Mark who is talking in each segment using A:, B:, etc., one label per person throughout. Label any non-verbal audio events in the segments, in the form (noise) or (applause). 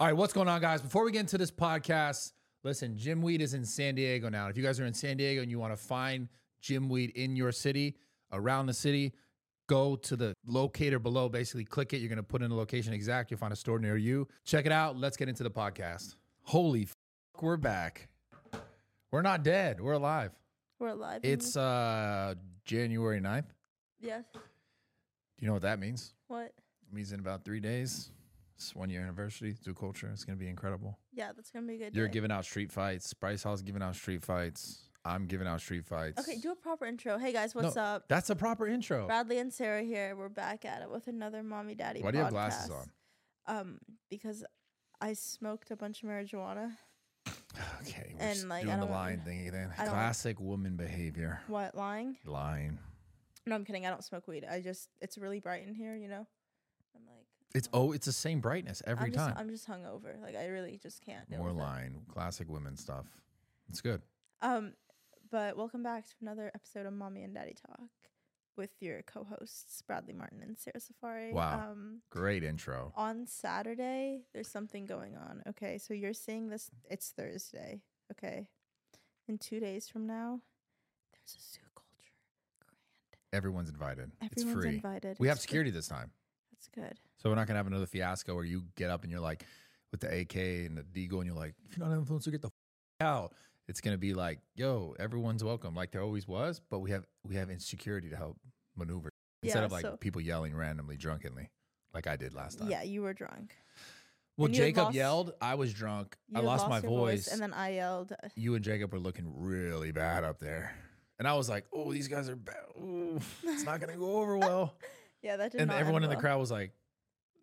A: All right, what's going on, guys? Before we get into this podcast, listen, Jim Weed is in San Diego now. If you guys are in San Diego and you want to find Jim Weed in your city, around the city, go to the locator below. Basically, click it. You're going to put in a location exact. You'll find a store near you. Check it out. Let's get into the podcast.
B: Holy f- we're back.
A: We're not dead. We're alive.
C: We're alive. and-
A: It's uh January 9th.
C: yes.
A: Do you know what that means?
C: What?
A: It means in about three days, it's one year anniversary through culture. It's going to be incredible.
C: Yeah, that's gonna be a good.
A: You're
C: day.
A: giving out street fights. Bryce Hall's giving out street fights. I'm giving out street fights.
C: Okay, do a proper intro. Hey guys, what's
A: No,
C: up?
A: That's a proper intro.
C: Bradley and Sarah here. We're back at it with another mommy daddy.
A: Why do you have glasses
C: podcast. Um, because I smoked a bunch of marijuana.
A: Okay,
C: And,
A: just
C: like, I
A: doing the
C: don't-
A: lying thing again.
C: I don't-
A: Classic woman behavior.
C: What? Lying?
A: Lying.
C: No, I'm kidding. I don't smoke weed. I just it's really bright in here. You know. I'm like
A: It's oh, it's the same brightness every
C: I'm
A: time.
C: Just, I'm just hungover. Like I really just can't. deal
A: More
C: with it.
A: lying. Classic women stuff. It's good.
C: Um, but welcome back to another episode of Mommy and Daddy Talk with your co-hosts Bradley Martin and Sarah Safari.
A: Wow.
C: Um,
A: Great intro.
C: on Saturday, there's something going on. Okay, so you're seeing this. It's Thursday. Okay, in two days from now, there's a zoo culture grand.
A: Everyone's invited.
C: Everyone's
A: it's free.
C: invited.
A: We have
C: It's free.
A: security this time.
C: That's good.
A: So we're not gonna have another fiasco where you get up and you're like with the AK and the Deagle and you're like, if you're not an influencer, get the f- out. It's gonna be like, yo, everyone's welcome, like there always was, but we have we have insecurity to help maneuver instead
C: Yeah,
A: of like
C: so-
A: people yelling randomly drunkenly, like I did last time.
C: Yeah, you were drunk.
A: Well,
C: And you had
A: Jacob
C: lost-
A: yelled. I was drunk.
C: You
A: I
C: had
A: lost, my
C: your
A: voice.
C: and then I yelled. (laughs) uh,
A: you and Jacob were looking really bad up there, and I was like, oh, these guys are bad. Ooh, it's not gonna go
C: (laughs)
A: over well.
C: Yeah, that did
A: and
C: not
A: everyone
C: end
A: in the
C: well.
A: crowd was like,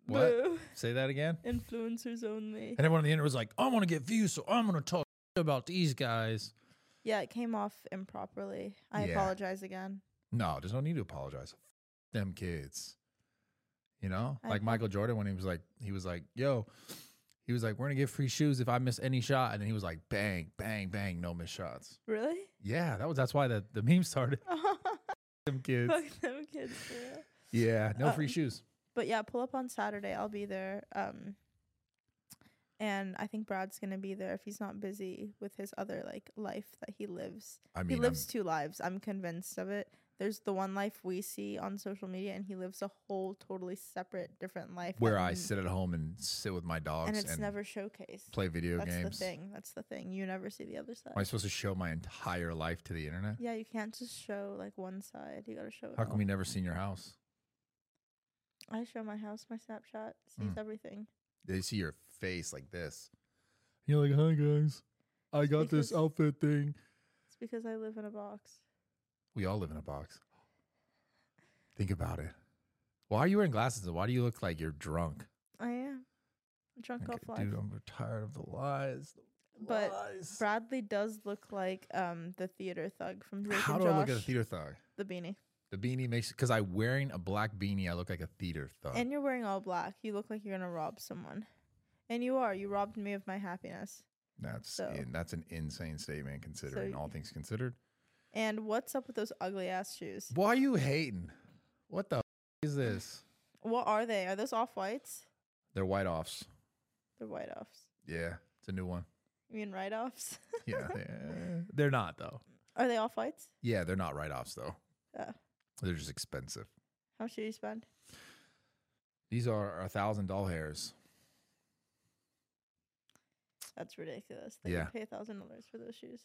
A: what?
C: Boo.
A: Say that again.
C: Influencers only.
A: And everyone in the internet was like, I want to get views, so I'm going to talk about these guys.
C: Yeah, it came off improperly. I
A: Yeah.
C: apologize again.
A: No, there's no need to apologize. F- them kids. You know?
C: I
A: like
C: know.
A: Michael Jordan when he was like, he was like, yo, he was like, we're going to get free shoes if I miss any shot. And then he was like, bang, bang, bang, no missed shots.
C: Really? (laughs)
A: Yeah, that was that's why the, the meme (laughs) started.
C: Fuck
A: Them kids.
C: them kids. For real.
A: Yeah, no free
C: Um,
A: shoes.
C: But yeah, pull up on Saturday. I'll be there. Um, and I think Brad's gonna be there if he's not busy with his other like life that he lives.
A: I
C: he
A: mean, I'm-
C: lives two lives. I'm convinced of it. There's the one life we see on social media, and he lives a whole totally separate, different life that
A: where I
C: n-
A: sit at home and sit with my dogs
C: um, and
A: and,
C: it's never showcased.
A: play video
C: That's
A: games.
C: the thing. That's the thing. You never see the other side.
A: Am I supposed to show my entire life to the internet?
C: yeah, you can't just show like one side. You gotta show. It
A: How come
C: all.
A: you never seen your house?
C: I show my house, my Snapchat,
A: Hmm.
C: sees everything.
A: they see your face like this. You're like, hi guys, I got this
C: because-
A: outfit thing.
C: It's because I live in a box.
A: We all live in a box. Think about it. Why are you wearing glasses? and Why do you look like you're drunk?
C: I am Oh, drunk
A: Like,
C: off life.
A: Dude, um, I'm tired of the lies. the
C: But
A: lies.
C: Bradley does look like um the theater thug from Drake
A: how
C: and
A: do
C: Josh.
A: I look at a theater thug?
C: The beanie,
A: The beanie makes because I'm wearing a black beanie. I look like a theater thug.
C: and you're wearing all black. You look like you're gonna rob someone, and you are. You robbed me of my happiness.
A: that's
C: so-
A: in, that's an insane statement considering
C: y-
A: all things considered.
C: And what's up with those ugly ass shoes?
A: Why are you hating? What the f- is this?
C: What are they? Are those off whites?
A: They're white offs.
C: They're white offs.
A: Yeah, it's a new one.
C: You mean write offs?
A: Yeah, they're, (laughs) they're not though.
C: (laughs) are they off whites?
A: Yeah, they're not write offs though.
C: Oh.
A: They're just expensive.
C: How much did you spend?
A: These are a thousand doll hairs.
C: That's ridiculous. They
A: Yeah.
C: would pay a thousand dollars for those shoes.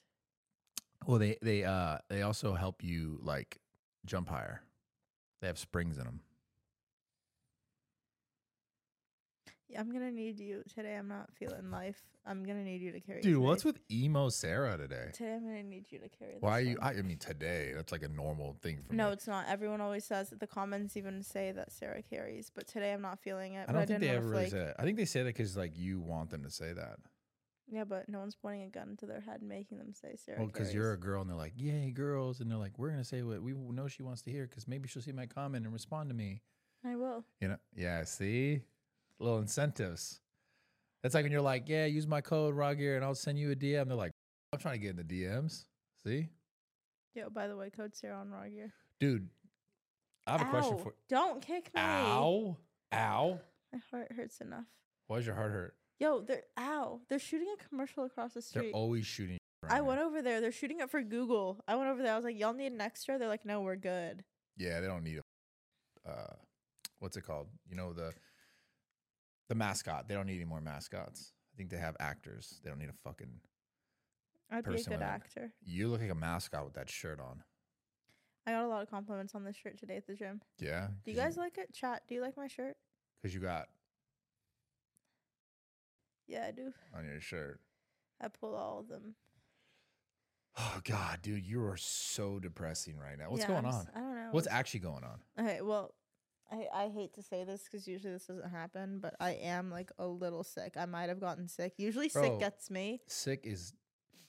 A: Well, they they uh they also help you like jump higher. They have springs in them.
C: Yeah, I'm gonna need you today. I'm not feeling life. I'm gonna need you to carry.
A: Dude,
C: tonight.
A: what's with emo Sarah today?
C: Today I'm gonna need you to carry. This
A: Why are you?
C: one.
A: I, I mean, today that's like a normal thing for
C: no,
A: me.
C: it's not. Everyone always says that the comments even say that Sarah carries, but today I'm not feeling it.
A: I
C: but
A: don't think
C: didn't
A: they
C: wanna
A: ever really
C: flake-
A: say. That. I think they say that because like you want them to say that.
C: Yeah, but no one's pointing a gun to their head, and making them say Sarah.
A: Well, because
C: because
A: you're a girl, and they're like, "Yay, girls!" and they're like, "We're gonna say what we know she wants to hear because maybe she'll see my comment and respond to me."
C: I will.
A: You know, yeah, see? Little incentives. That's like when you're like, yeah, use my code Rogear and I'll send you a DM. They're like, I'm trying to get in the DMs. See?
C: Yo, by the way, code Sarah on raw gear.
A: Dude, I have a question
C: Ow,
A: for
C: Don't kick me.
A: Ow. Ow.
C: My heart hurts enough.
A: Why does your heart hurt?
C: Yo, they're ow. They're shooting a commercial across the
A: They're
C: street.
A: always shooting.
C: I
A: around.
C: went over there. They're shooting it for Google. I went over there. I was like, y'all need an extra? They're like, no, we're good.
A: Yeah, they don't need a. Uh, what's it called? You know the. The mascot. They don't need any more mascots. I think they have actors. They don't need a fucking.
C: I'd be a
A: Personally.
C: good actor.
A: You look like a mascot with that shirt on.
C: I got a lot of compliments on this shirt today at the gym.
A: Yeah.
C: Do you guys like it? Chat, do you like my shirt?
A: Because you got
C: Yeah, I do.
A: on your shirt.
C: I pulled all of them.
A: Oh God, dude, you are so depressing right now. What's
C: Yeah,
A: going
C: I'm
A: on?
C: s- I don't know.
A: What's actually going on?
C: Okay, well, I, I hate to say this because usually this doesn't happen, but I am like a little sick. I might have gotten sick. Usually
A: Bro.
C: sick gets me.
A: Sick is.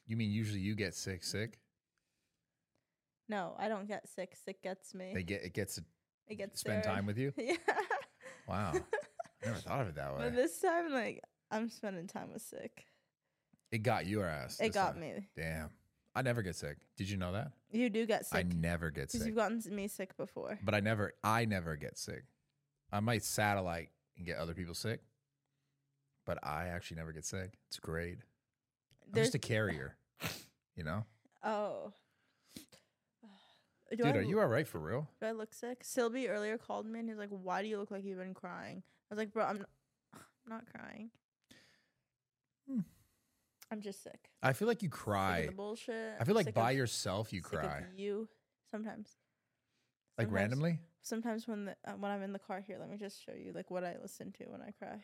A: You mean usually you get sick? Sick.
C: No, I don't get sick. Sick gets me.
A: They get it gets to
C: it gets
A: spend
C: Sarah.
A: time Oh, with you.
C: (laughs) yeah.
A: Wow, never thought of it that way.
C: (laughs) but this time, like, I'm spending time with sick.
A: it got your ass.
C: It
A: this
C: got
A: time.
C: me.
A: Damn, I never get sick. Did you know that?
C: You do get
A: I
C: sick
A: never get
C: because
A: sick.
C: you've gotten s- me sick before.
A: but I never, I never get sick. I might satellite and get other people sick, but I actually never get sick. It's great. I'm
C: There's
A: just a carrier, you know.
C: oh. (sighs) Do
A: Dude,
C: I
A: are
C: l-
A: you all right for real?
C: Do I look sick? Sylvie earlier called me and he's like, "Why do you look like you've been crying?" I was like, "Bro, I'm, (sighs) n- I'm not crying.
A: Hmm.
C: I'm just sick.
A: I feel like you
C: Sick
A: cry.
C: of the bullshit.
A: I
C: I'm
A: feel like
C: sick
A: by
C: of-
A: yourself you
C: sick of
A: cry,
C: You sometimes.
A: like
C: Sometimes-
A: randomly.
C: Sometimes when the, uh, when I'm in the car here, let me just show you like what I listen to when I cry.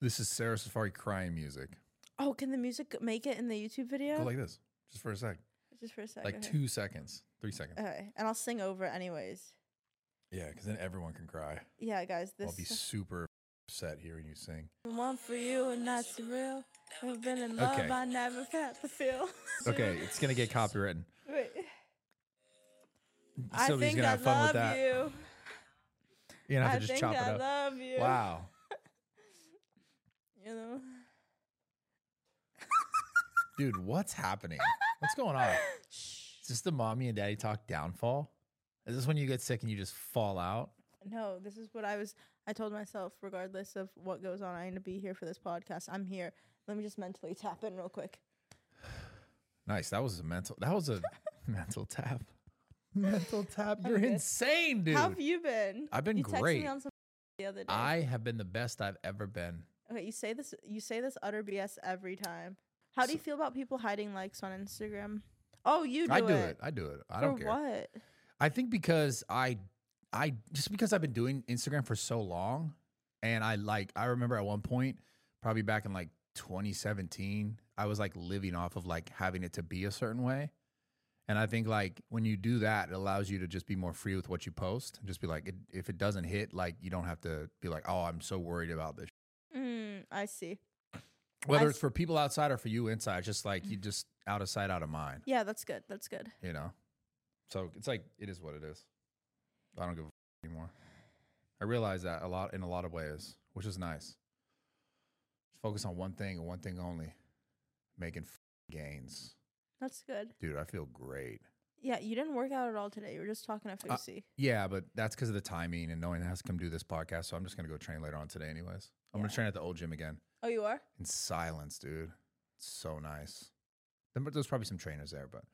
A: This is Sarah Safari crying music.
C: Oh, can the music g- make it in the YouTube video?
A: Go like this, just for a sec,
C: Just for a second.
A: like two seconds, three seconds.
C: Okay, and I'll sing over it anyways.
A: Yeah, because then everyone can cry.
C: Yeah, guys, this.
A: I'll be super upset hearing you sing.
C: One for you and that's real. I've been in love,
A: love Okay.
C: I
A: I
C: never felt the feel.
A: Okay, it's gonna get copywritten.
C: (laughs) Wait. I
A: Sylvia's
C: think
A: gonna
C: I
A: have fun
C: love
A: with that.
C: you.
A: You're gonna
C: I
A: have to just
C: think
A: chop
C: I
A: it up.
C: love you.
A: Wow.
C: You know.
A: Dude, what's happening? What's going on? Is this the mommy and daddy talk downfall? Is this when you get sick and you just fall out?
C: No, this is what I was. I told myself, regardless of what goes on, I need to be here for this podcast. I'm here. Let me just mentally tap in real quick.
A: Nice. That was a mental. That was a (laughs) mental tap. Mental tap. You're
C: good.
A: insane, dude.
C: How have you been?
A: I've been
C: you texted
A: great.
C: me on some (laughs) the other day.
A: I have been the best I've ever been.
C: okay, you say this. You say this utter BS every time. How do you feel about people hiding likes on Instagram? Oh, you do
A: I
C: it.
A: do it. I do it. I don't
C: for
A: care.
C: what?
A: I think because I, I just because I've been doing Instagram for so long, and I like I remember at one point, probably back in like 2017, I was like living off of like having it to be a certain way, and I think like when you do that, it allows you to just be more free with what you post and just be like, it, if it doesn't hit, like you don't have to be like, oh, I'm so worried about this.
C: Mm, I see.
A: Whether
C: I
A: it's for people outside or for you inside, it's just like you just out of sight, out of mind,
C: Yeah, that's good. That's good.
A: you know. So it's like it is what it is. I don't give a f- anymore. I realize that a lot in a lot of ways, which is nice. Just focus on one thing and one thing only, making f- gains.
C: That's good.
A: Dude, I feel great.
C: Yeah, you didn't work out at all today. You were just talking to
A: Uh,
C: Fusi.
A: Yeah, but that's because of the timing and knowing I has to come do this podcast. So I'm just gonna go train later on today, anyways. I'm gonna
C: Yeah.
A: train at the old gym again
C: oh, you are?
A: in silence, dude. It's so nice. There- There's probably some trainers there, but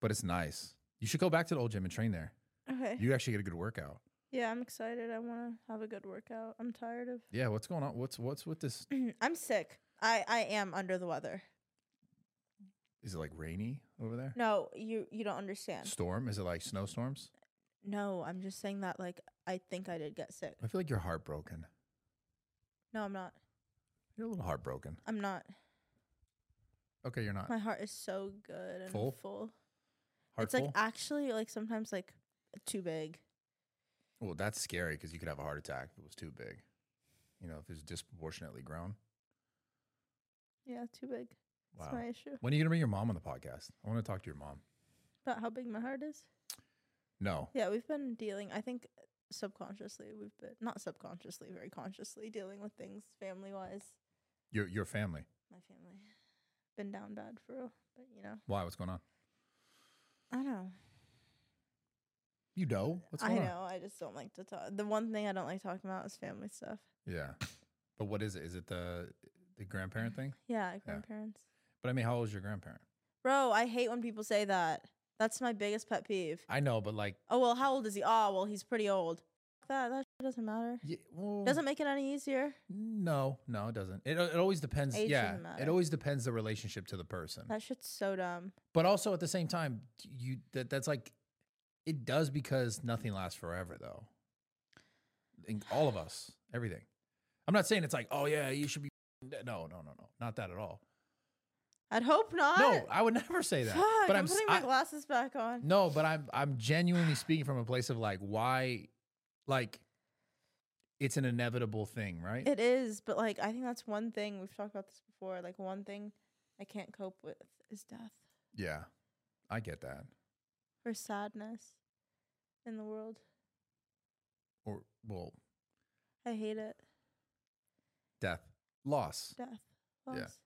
A: but it's nice. You should go back to the old gym and train there.
C: Okay.
A: You actually get a good workout.
C: yeah, I'm excited. I want to have a good workout. I'm tired of. (clears throat)
A: Yeah, what's going on? What's what's with this?
C: I'm sick. I I am under the weather.
A: Is it like rainy over there?
C: No, you you don't understand.
A: Storm? Is it like snowstorms?
C: No, I'm just saying that like I think I did get sick.
A: I feel like you're heartbroken.
C: No, I'm not.
A: You're a little heartbroken.
C: I'm not.
A: Okay, you're not.
C: My heart is so good and full.
A: uh, Full?
C: It's like
A: Heartful?
C: actually like sometimes like too big.
A: well, that's scary because you could have a heart attack if it was too big. You know, if it's disproportionately grown.
C: Yeah, too big.
A: Wow.
C: That's my issue.
A: When are you gonna bring your mom on the podcast? I want to talk to your mom.
C: About how big my heart is.
A: No,
C: Yeah, we've been dealing. I think subconsciously we've been not subconsciously, very consciously dealing with things family wise.
A: your your family.
C: My family been down bad for real, but you know,
A: Why? What's going on?
C: I don't know.
A: You know what's
C: I
A: going
C: know. I just don't like to talk. The one thing I don't like talking about is family stuff.
A: on. Yeah. But what is it? Is it the the grandparent thing?
C: Yeah, grandparents.
A: But I mean, how old is your grandparent?
C: Bro, I hate when people say that. That's my biggest pet peeve.
A: I know, but like,
C: Oh well, how old is he? Oh well, he's pretty old. Fuck That that shit doesn't matter.
A: yeah, well,
C: Doesn't make it any easier.
A: No, no, it doesn't. It it always depends.
C: Age
A: yeah,
C: doesn't
A: it
C: matter.
A: always depends the relationship to the person.
C: That shit's so dumb.
A: But also at the same time, you that that's like, it does because nothing lasts forever though. In all of us, everything. I'm not saying it's like, oh yeah, you should be. No, no, no, no, not that at all.
C: I'd hope not.
A: No, I would (laughs) never say that.
C: Fuck,
A: but
C: I'm,
A: I'm, s-
C: putting
A: I-
C: my glasses back on.
A: No, but I'm I'm genuinely speaking from a place of like why like it's an inevitable thing, right?
C: It is, but like I think that's one thing we've talked about this before. Like one thing I can't cope with is death
A: yeah. I get that.
C: or sadness in the world.
A: Or well,
C: I hate it.
A: death, loss.
C: Death.
A: Yeah.
C: Loss.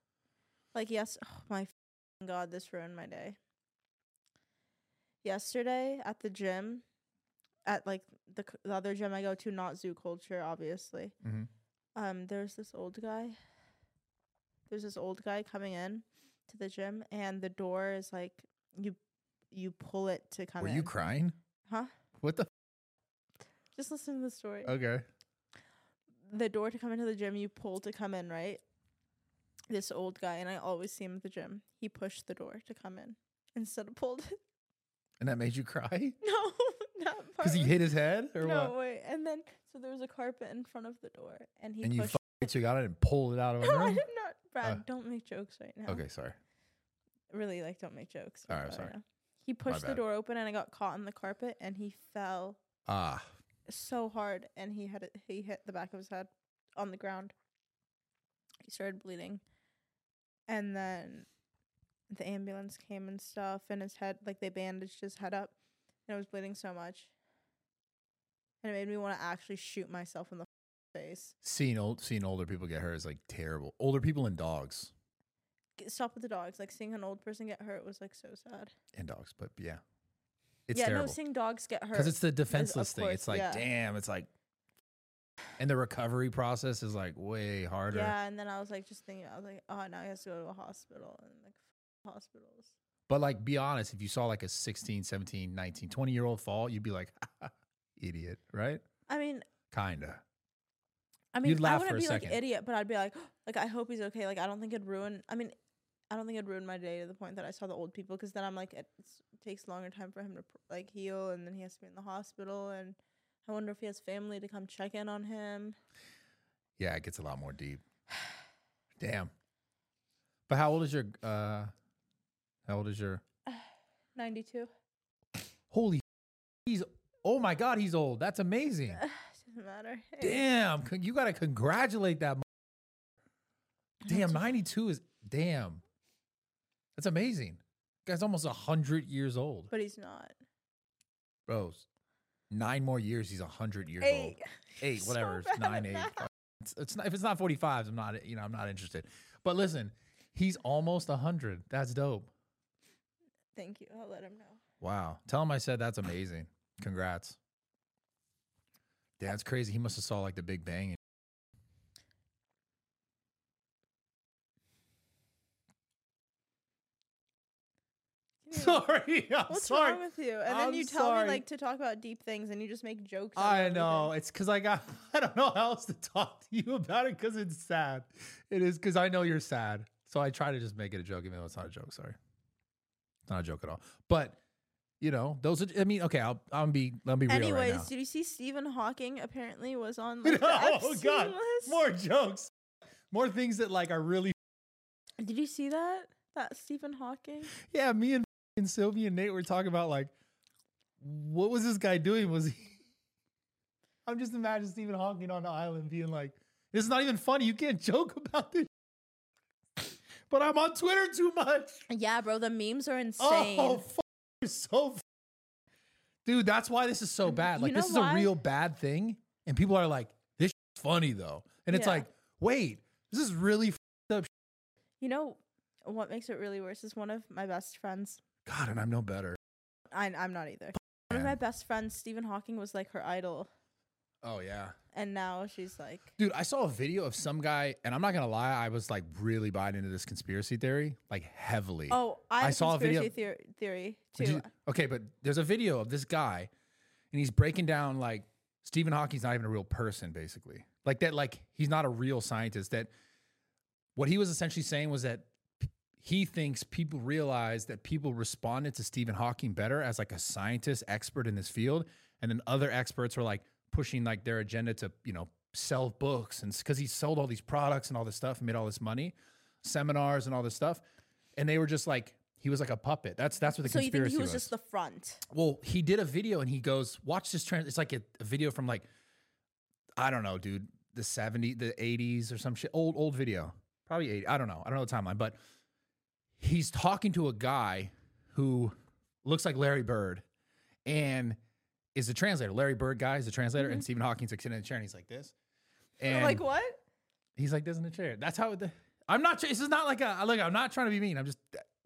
C: Like yes, oh my f***ing god, this ruined my day. Yesterday at the gym, at like the c- the other gym I go to, not Zoo Culture, obviously.
A: Mhm.
C: Um, there's this old guy. There's this old guy coming in to the gym, and the door is like you you pull it to come
A: Were
C: in.
A: you crying?
C: huh?
A: What the
C: Just listen to the story.
A: Okay.
C: the door to come into the gym you pull to come in, right? This old guy, and I always see him at the gym. He pushed the door to come in instead of pulled (laughs) it.
A: And that made you cry?
C: No, not
A: (laughs) Cuz he
C: part.
A: hit his head or
C: No
A: what?
C: way. And then so there was a carpet in front of the door, and he
A: and you
C: pushed.
A: fucking took out it and pulled it out of
C: (laughs) no, I
A: him.
C: did not. Brad,
A: Uh,
C: don't make jokes right now.
A: Okay, sorry.
C: Really, like, don't make jokes.
A: All right,
C: about it
A: sorry.
C: now. He pushed the
A: bad.
C: door open, and I got caught on the carpet, and he fell
A: Ah,
C: so hard, and he had it- he hit the back of his head on the ground. He started bleeding, and then the ambulance came and stuff, and his head like they bandaged his head up, and it was bleeding so much, and it made me want to actually shoot myself in the face.
A: seeing old seeing older people get hurt is like terrible. Older people and dogs.
C: G- Stop with the dogs. Like seeing an old person get hurt was like so sad.
A: And dogs, but yeah. It's
C: yeah,
A: terrible.
C: no, seeing dogs get hurt.
A: because it's the defenseless thing.
C: course,
A: It's like,
C: yeah.
A: damn, it's like, and the recovery process is like way harder.
C: yeah, and then I was like just thinking, I was like, oh, now he has to go to a hospital and like f- hospitals.
A: But like, be honest, if you saw like a 16, 17, 19, 20 year old fall, you'd be like, (laughs) idiot, right?
C: I mean,
A: Kinda.
C: I mean, I
A: laugh
C: wouldn't
A: for a
C: be
A: second.
C: like idiot, but I'd be like, (gasps) like I hope he's okay. Like I don't think it'd ruin. I mean, I don't think it'd ruin my day to the point that I saw the old people because then I'm like, it s- takes longer time for him to pr- like heal, and then he has to be in the hospital, and I wonder if he has family to come check in on him.
A: Yeah, it gets a lot more deep. Damn. But how old is your? uh How old is your?
C: Ninety (sighs) two
A: Holy, he's. Oh my God, he's old. That's amazing.
C: (laughs) doesn't matter.
A: Damn, con- you gotta congratulate that. mo- Damn,
C: That's-
A: ninety two is damn. That's amazing. Guy's almost hundred years old,
C: But he's not.
A: bros. Nine more years, he's hundred years old.
C: Eight.
A: Eight,
C: So
A: whatever, it's
C: bad
A: nine,
C: at
A: eight.
C: math.
A: Fuck, It's, it's not, if it's not forty fives, I'm not. You know, I'm not interested. But listen, he's almost hundred. That's dope.
C: (laughs) Thank you. I'll let him know.
A: (laughs) Wow. Tell him I said that's amazing. Congrats. Damn, that's crazy. He must have saw like the Big Bang. and-
C: Can you-
A: (laughs) Sorry, I'm
C: What's
A: sorry.
C: wrong with you? And then
A: I'm
C: you tell
A: sorry.
C: me like to talk about deep things, and you just make jokes. out of
A: I
C: everything.
A: know. It's because I got, (laughs) I don't know how else to talk to you about it because it's sad. It is because I know you're sad. So I try to just make it a joke, even though it's not a joke. Sorry. It's not a joke at all. But, you know, those are, I mean, okay, I'll, I'll be, I'll be real
C: Anyways,
A: right
C: did you see Stephen Hawking apparently
A: (laughs)
C: was on
A: now.
C: like, the
A: No,
C: Epstein
A: Oh, God.
C: list?
A: More jokes. More things that like are really,
C: Did you see that? That Stephen Hawking?
A: yeah, me and, and Sylvia and Nate were talking about like, what was this guy doing? Was he, (laughs) I'm just imagining Stephen Hawking on the island being like, this is not even funny. You can't joke about this. (laughs) But I'm on Twitter too much.
C: Yeah, bro, the memes
A: (laughs)
C: are insane.
A: Oh, f- you're so. F- Dude, that's why this is so bad.
C: You
A: Like, this
C: know
A: is
C: why?
A: a real bad thing. And people are like, this is funny though. And it's
C: Yeah.
A: like, wait, this is really. F-
C: you know what makes it really worse is one of my best friends.
A: God, and I'm no better.
C: I, I'm not either. One of
A: Man.
C: my best friends, Stephen Hawking, was like her idol.
A: Oh, yeah.
C: and now she's like,
A: Dude, I saw a video of some guy, and I'm not gonna lie, I was like really buying into this conspiracy theory, like heavily.
C: "Oh, I, have
A: saw a video-
C: conspiracy theory, theory
A: Did
C: too."
A: you- okay, but there's a video of this guy, and he's breaking down like Stephen Hawking's not even a real person, basically. Like that, like he's not a real scientist. That what he was essentially saying was that p- he thinks people realized that people responded to Stephen Hawking better as like a scientist expert in this field, and then other experts were like pushing like their agenda to you know sell books and because he sold all these products and all this stuff and made all this money, seminars and all this stuff, and they were just like. He was like a puppet. That's that's what the
C: so you
A: conspiracy
C: think he was just the front?
A: well, he did a video and he goes, "Watch this trans." It's like a, a video from like, I don't know, dude, the seventy, the '80s or some shit, old old video, probably eighty. I don't know. I don't know the timeline, but he's talking to a guy who looks like Larry Bird, and is a translator. Larry Bird guy is a translator, and Stephen Hawking's like sitting in a chair and he's like this, and
C: like what?
A: he's like this in the chair. That's how. The, I'm not. This is not like a like. I'm not trying to be mean. I'm just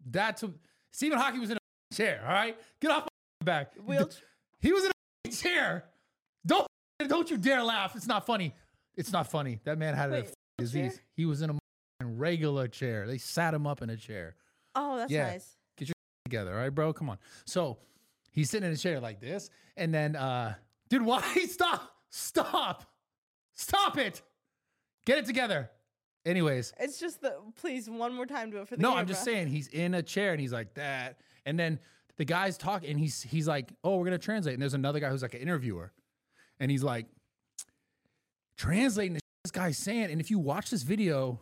A: that's what- Stephen Hawking was in a chair. All right, get off my back.
C: Wheel-
A: He was in a (laughs) chair. Don't don't you dare laugh. It's not funny. It's not funny. That man had a
C: Wait,
A: (laughs) disease.
C: chair?
A: He was in a (laughs) regular chair. They sat him up in a chair
C: oh, that's
A: Yeah.
C: nice.
A: together. All right, bro. Come on. So he's sitting in a chair like this, and then uh, dude, (laughs) why stop? Stop. Stop it. Get it together. Anyways,
C: It's just the please one more time do it for the
A: no,
C: camera.
A: I'm just saying he's in a chair and he's like that, and then the guy's talking and he's he's like, oh, we're gonna translate, and there's another guy who's like an interviewer, and he's like translating the shit this guy's saying, and if you watch this video,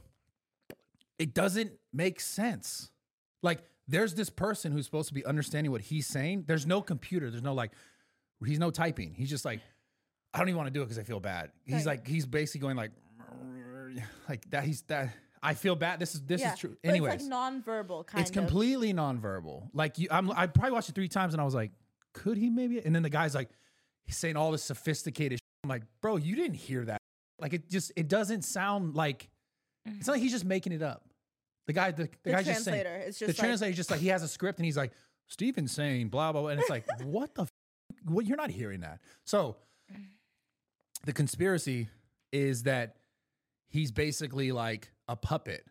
A: it doesn't make sense. Like there's this person who's supposed to be understanding what he's saying. There's no computer. There's no like, he's no typing. He's just like, I don't even want to do it because I feel bad. He's
C: Right.
A: like, he's basically going like, (laughs) like that. He's that. I feel bad. This is this
C: Yeah,
A: is true.
C: but
A: Anyways,
C: it's like nonverbal kind
A: it's completely nonverbal. Like you, I'm, I probably watched it three times, and I was like, "Could he maybe?" And then the guy's like, he's saying all this sophisticated. Shit. I'm like, "Bro, you didn't hear that? Like it just it doesn't sound like it's not like he's just making it up." The guy, the, the,
C: of Mm-hmm. the
A: guy's just saying
C: translator. it's
A: the
C: just like,
A: translator's just like he has a script, and he's like, "Steven's saying blah blah," blah. and it's like, (laughs) "What the? F- what you're not hearing that?"
C: (sighs)
A: So the conspiracy is that he's basically like a puppet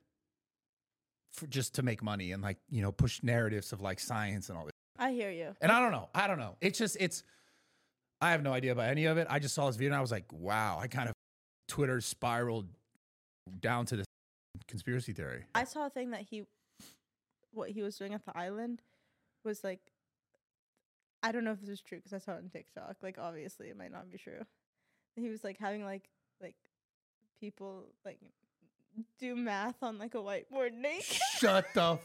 A: for just to make money and like you know push narratives of like science and all this
C: I hear you.
A: and i don't know i don't know it's just it's i have no idea about any of it i just saw this video and i was like wow i kind of twitter spiraled down to this conspiracy theory
C: I saw a thing that he, what he was doing at the island, was like, I don't know if this is true because I saw it on TikTok. Like, obviously, it might not be true. He was like having like like people like do math on like a whiteboard (laughs) naked.
A: shut the f-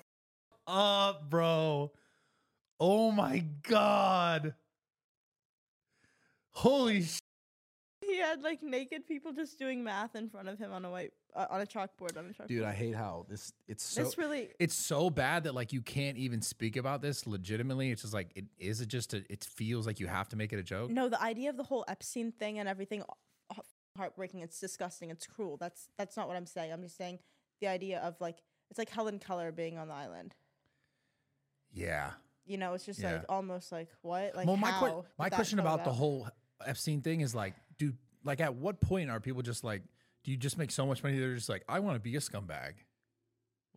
A: up bro oh my god holy sh-
C: he had like naked people just doing math in front of him on a white uh, on a chalkboard on a chalkboard.
B: Dude, I hate how this it's so
C: That's really
A: it's so bad that like you can't even speak about this legitimately. It's just like it is it just a, it feels like you have to make it a joke.
C: No, the idea of the whole Epstein thing and everything uh, heartbreaking. It's disgusting. It's cruel. That's that's not what I'm saying. I'm just saying the idea of like it's like Helen Keller being on the island.
A: Yeah.
C: You know, it's just
A: Yeah.
C: like almost like what like
A: well, my
C: how
A: que-
C: did
A: my
C: that
A: question
C: come
A: about the
C: about?
A: whole Epstein thing is like, dude, like at what point are people just like, do you just make so much money they're just like, I want to be a scumbag?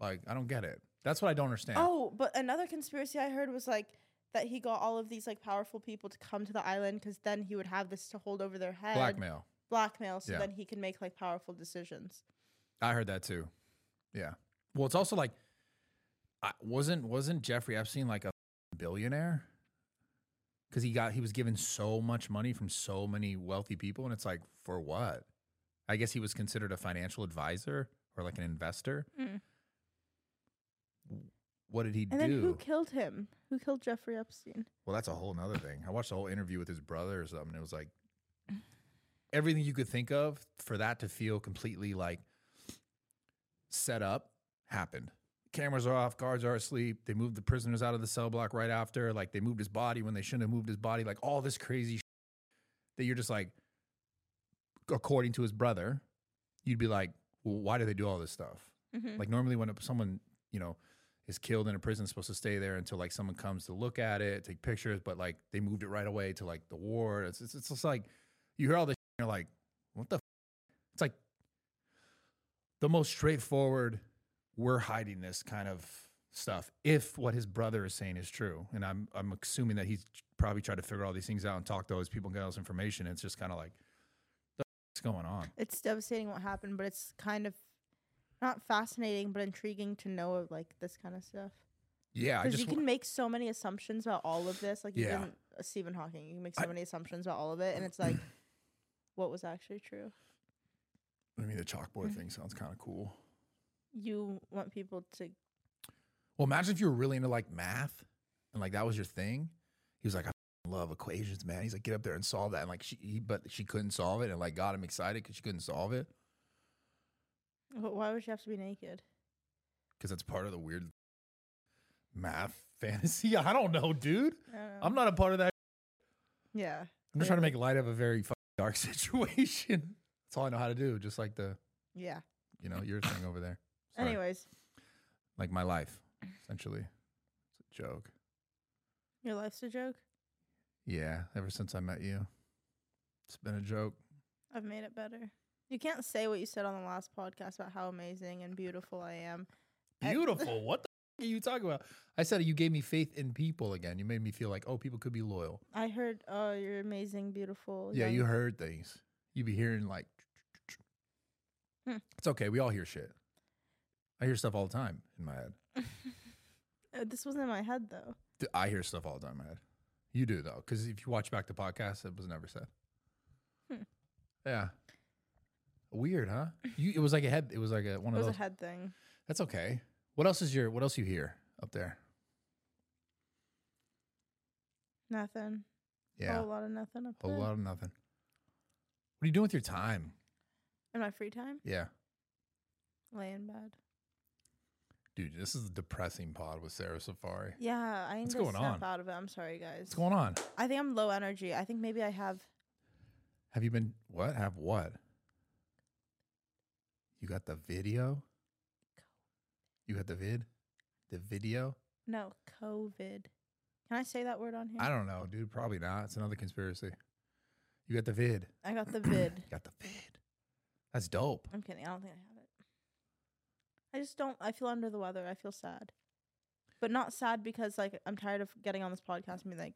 A: Like I don't get it. That's what I don't understand.
C: Oh, but another conspiracy I heard was like that he got all of these like powerful people to come to the island because then he would have this to hold over their head
A: Blackmail.
C: blackmail, so
A: Yeah.
C: then he can make like powerful decisions.
A: I heard that too. Yeah. Well, it's also like, I, wasn't wasn't Jeffrey Epstein like a billionaire? Because he got he was given so much money from so many wealthy people, and it's like for what? I guess he was considered a financial advisor or like an investor.
C: Mm.
A: What did he
C: And
A: do?
C: then who killed him? Who killed Jeffrey Epstein?
A: Well, that's a whole nother thing. I watched the whole interview with his brother or something. And it was like everything you could think of for that to feel completely like set up happened. Cameras are off, guards are asleep. They moved the prisoners out of the cell block right after. Like they moved his body when they shouldn't have moved his body. Like all this crazy sh- that you're just like, according to his brother, you'd be like, well, why do they do all this stuff?
C: Mm-hmm.
A: Like normally when someone, you know, is killed in a prison, it's supposed to stay there until like someone comes to look at it, take pictures, but like they moved it right away to like the ward. It's, it's, it's just like you hear all this, and you're like, what the the most straightforward we're hiding this kind of stuff if what his brother is saying is true and i'm i'm assuming that he's probably tried to figure all these things out and talk to all these people and get all this information it's just kind of like what's going on
C: It's devastating what happened, but it's kind of not fascinating, but intriguing to know of like this kind of stuff.
A: yeah i
C: Because
A: just
C: you can make so many assumptions about all of this. Like
A: Yeah.
C: even uh, Stephen Hawking, you can make
A: I-
C: so many assumptions about all of it, and
A: (clears throat)
C: it's like, what was actually true?
A: i mean the
C: Mm-hmm.
A: chalkboard thing sounds kind of cool
C: You want people to
A: Well, imagine if you were really into like math and like that was your thing. He was like, I f***ing love equations, man. He's like, get up there and solve that. And like she, he, but she couldn't solve it, and like got him excited because she couldn't solve it
C: Wh- Why would you have to be naked?
A: because that's part of the weird math (laughs) fantasy. I don't know, dude.
C: I don't know.
A: I'm not a part of that.
C: yeah.
A: I'm just trying to make light of a very f***ing dark (laughs) situation. That's all I know how to do. Just like the,
C: Yeah.
A: you know, your thing over there. Sorry.
C: Anyways,
A: like my life, essentially. It's a joke.
C: your life's a joke.
A: Yeah. Ever since I met you, it's been a joke.
C: I've made it better. You can't say what you said on the last podcast about how amazing and beautiful I am. I- (laughs)
A: Beautiful. what the f- are you talking about? I said you gave me faith in people again. You made me feel like, oh, people could be loyal.
C: I heard, oh, you're amazing, beautiful.
A: Yeah,
C: young-
A: you heard things. You be hearing like,
C: Hmm.
A: it's okay. We all hear shit. I hear stuff all the time in my head.
C: Uh, This wasn't in my head though.
A: D- I hear stuff all the time in my head. You do though, because if you watch back the podcast, it was never said.
C: Hmm.
A: Yeah. Weird,
C: (laughs)
A: huh? You it was like a head. It was like a one
C: It
A: of
C: was a
A: those.
C: head thing.
A: That's okay. What else is your? What else you hear up there?
C: Nothing. A
A: Yeah,
C: whole lot of nothing. Up
A: a
C: there.
A: lot of nothing. What are you doing with your time?
C: In my free time,
A: Yeah.
C: lay in bed.
A: Dude, this is a depressing pod with Sarah Safari.
C: Yeah, I need
A: What's
C: to
A: going
C: snap
A: on?
C: out of it. I'm sorry, guys.
A: What's going on?
C: I think I'm low energy. I think maybe I have.
A: Have you been what? Have what? You got the video? You got the vid? The video?
C: No, COVID. Can I say that word on here?
A: I don't know, dude. Probably not. It's another conspiracy. You got the vid.
C: I got the (clears throat) vid.
A: You got the vid. That's dope.
C: I'm kidding. I don't think I have it. I just don't. I feel under the weather. I feel sad, but not sad because like I'm tired of getting on this podcast and being like,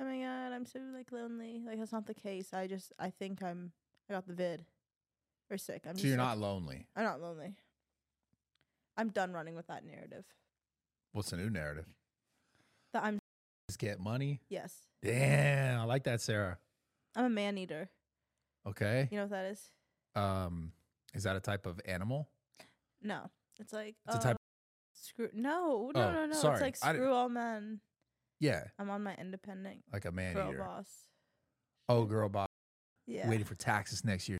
C: "Oh my god, I'm so like lonely." Like that's not the case. I just I think I'm I got the vid or sick. I'm
A: So
C: just
A: you're
C: like-
A: not lonely.
C: I'm not lonely. I'm done running with that narrative.
A: What's the new narrative?
C: That I'm
A: Just get money.
C: yes,
A: Damn, I like that, Sarah.
C: I'm a man eater.
A: Okay.
C: You know what that is?
A: Um, is that a type of animal?
C: No, it's like
A: It's a
C: oh,
A: type-
C: Screw no, no,
A: Oh,
C: no, no.
A: sorry.
C: It's like
A: I d-
C: screw all men.
A: Yeah,
C: I'm on my independent
A: like a man
C: girl
A: eater.
C: boss.
A: Oh, girl boss.
C: Yeah.
A: Waiting for taxes next year.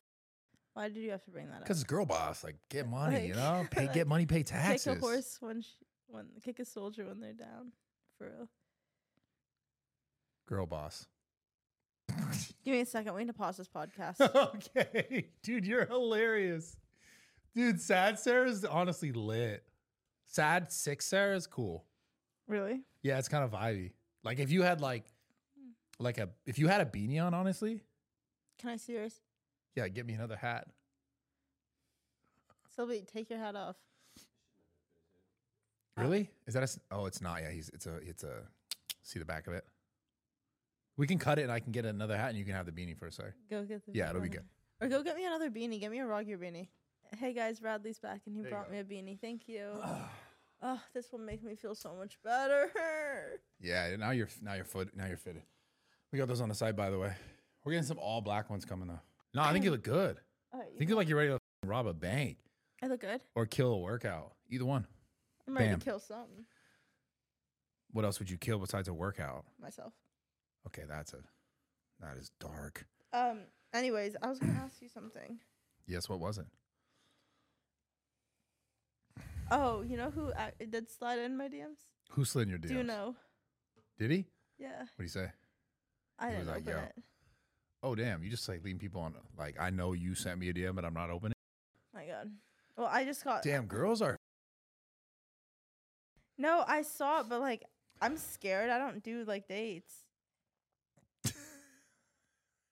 C: Why did you have to bring that up?
A: Because it's girl boss, like get money, you
C: Like,
A: know, pay
C: (laughs)
A: get
C: like,
A: money, pay
C: kick
A: taxes.
C: a horse when sh when kick a soldier when they're down. For real.
A: Girl
C: (laughs)
A: boss.
C: Give me a second. We need to pause this
A: (laughs)
C: podcast.
A: (laughs) okay, dude, you're hilarious, dude. Sad Sarah's honestly lit. Sad sick Sarah's cool.
C: really?
A: Yeah, it's kind of vibey. Like if you had like,
C: Hmm.
A: like a if you had a beanie on, honestly,
C: Can I see yours?
A: yeah, get me another hat.
C: Sylvie, take your hat off.
A: Really? Is that a? s- Oh, it's not. Yeah, he's it's a it's a. See the back of it. We can cut it, and I can get another hat, and you can have the beanie for a sec.
C: Go get the
A: Yeah, it'll be
C: beanie.
A: good.
C: Or go get me another beanie. Get me a Rogier beanie. Hey guys, Bradley's back and he
A: There you
C: brought
A: go.
C: me a beanie. Thank you.
A: (gasps)
C: oh, this will make me feel so much better. (laughs)
A: Yeah, now you're now you're foot now you're fitted. We got those on the side, by the way. We're getting some all black ones coming though. No, I think you look good.
C: Alright,
A: I
C: you
A: think you look like you're ready to f***ing rob a bank
C: I look good.
A: or kill a workout. Either one.
C: I'm ready
A: Bam.
C: to kill something
A: What else would you kill besides a workout?
C: myself.
A: Okay, that's a that is dark.
C: Um. Anyways, I was gonna ask you something.
A: Yes, what was it?
C: Oh, you know who I, it did slide in my DMs?
A: Who slid in your DMs?
C: Do you know?
A: Did he?
C: Yeah,
A: What do you say?
C: I
A: He was
C: didn't
A: like,
C: open
A: "Yo."
C: it.
A: Oh damn, you just like leaving people on like I know you sent me a DM but I'm not opening.
C: My God. Well, I just got.
A: it. Damn, girls are
C: No, I saw it, but like, I'm scared. I don't do like dates.
A: (laughs)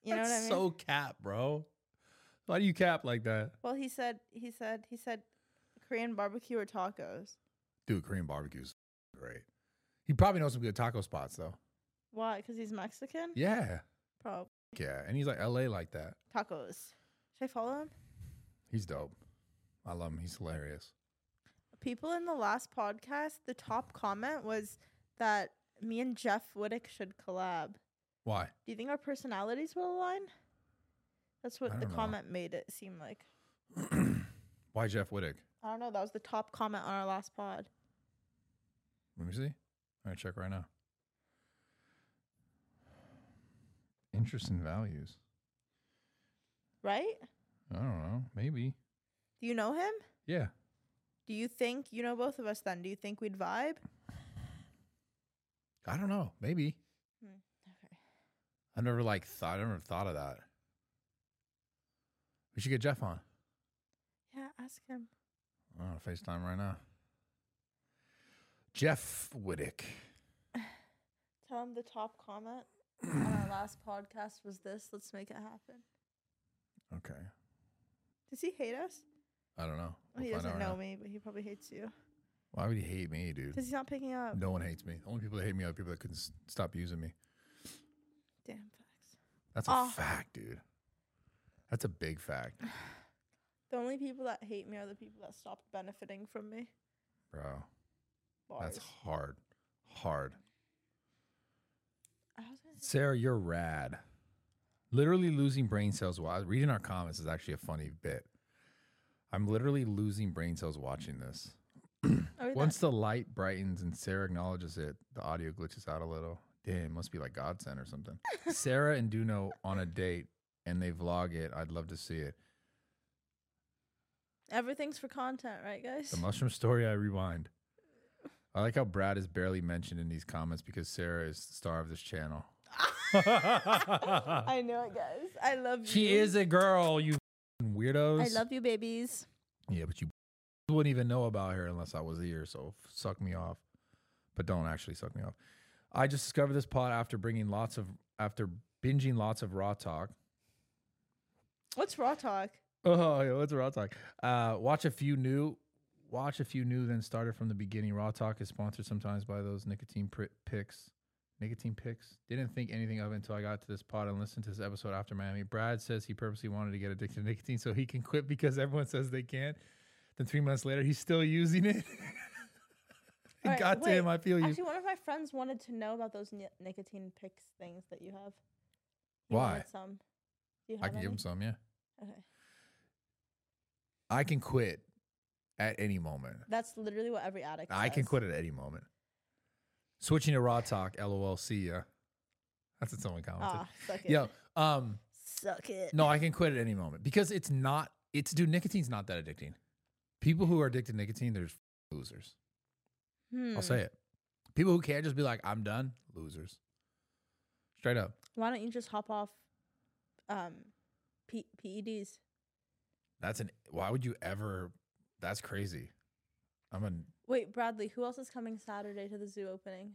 C: You know
A: that's
C: what I mean?
A: so cap, bro. Why do you cap like that?
C: well, he said. He said. He said. Korean barbecue or tacos?
A: Dude, Korean barbecue's great. He probably knows some good taco spots though.
C: Why? Because he's Mexican?
A: Yeah.
C: Probably.
A: Yeah. And he's like LA like that.
C: Tacos. Should I follow him?
A: He's dope. I love him. He's hilarious.
C: People in the last podcast, the top comment was that me and Jeff Wittick should collab.
A: Why? (clears throat)
C: Do you think our personalities will align? That's
A: I
C: what the
A: don't know.
C: comment made it seem like.
A: Why Jeff Wittick?
C: I don't know. That was the top comment on our last pod.
A: Let me see. I'm gonna check right now. Interest and values.
C: Right?
A: I don't know. Maybe.
C: Do you know him?
A: Yeah.
C: Do you think you know both of us then? Do you think we'd vibe?
A: I don't know. Maybe.
C: Hmm, Okay.
A: I never like thought. I never thought of that. We should get Jeff on.
C: Yeah, ask him.
A: I don't know, FaceTime right now. Jeff Wittick.
C: Tell him the top
A: (clears throat)
C: comment on our last podcast was this. Let's make it happen.
A: Okay.
C: Does he hate us?
A: I don't know.
C: Well, he
A: We'll find out
C: doesn't
A: right
C: know
A: now.
C: me, but he probably hates you.
A: Why would he hate me, dude?
C: Because he's not picking up.
A: No one hates me. The only people that hate me are the people that couldn't s- stop using me.
C: Damn facts.
A: That's a
C: Oh.
A: fact, dude. That's a big fact,
C: The only people that hate me are the people that stopped benefiting from me. (sighs)
A: bro.
C: Bars.
A: That's hard. Hard.
C: I was gonna say,
A: Sarah, you're rad. Literally losing brain cells while reading our comments is actually a funny bit. I'm literally losing brain cells watching this.
C: are we
A: Once the light brightens and Sarah acknowledges it, the audio glitches out a little. Damn, must be like God sent or something. Sarah and Duno on a date and they vlog it. I'd love to see it.
C: done? everything's for content, right, guys?
A: The mushroom story I rewind. I like how Brad is barely mentioned in these comments because Sarah is the star of this channel. (laughs)
C: I know it, guys. I love you.
A: she is a girl, you weirdos.
C: I love you, babies.
A: Yeah, but you wouldn't even know about her unless I was here. So f- suck me off, but don't actually suck me off. I just discovered this pod after bringing lots of after binging lots of raw talk.
C: What's raw talk?
A: Oh, yeah, what's raw talk? Uh, watch a few new, watch a few new, then started from the beginning. Raw talk is sponsored sometimes by those nicotine pri picks. Nicotine picks. Didn't think anything of it until I got to this pod and listened to this episode after Miami. Brad says he purposely wanted to get addicted to nicotine so he can quit because everyone says they can't. Then three months later, he's still using it. (laughs)
C: All right,
A: God damn,
C: wait.
A: I feel you.
C: Actually, one of my friends wanted to know about those ni- nicotine picks things that you have. He
A: Why?
C: wanted Some. Do you have
A: I can give
C: any?
A: him some, yeah.
C: Okay.
A: I can quit at any moment.
C: That's literally what every addict.
A: I can
C: says.
A: quit at any moment. Switching to raw talk, lol. See ya. That's what someone commented.
C: Ah, suck it.
A: Yo, um,
C: Suck it.
A: no, I can quit at any moment because it's not. It's dude, nicotine's not that addicting. People who are addicted to nicotine, they're just losers.
C: Hmm.
A: I'll say it. People who can't just be like, I'm done, losers. Straight up.
C: Why don't you just hop off um, P- E PEDs?
A: That's an. Why would you ever? That's crazy. I'm a
C: Wait, Bradley, who else is coming Saturday to the zoo opening?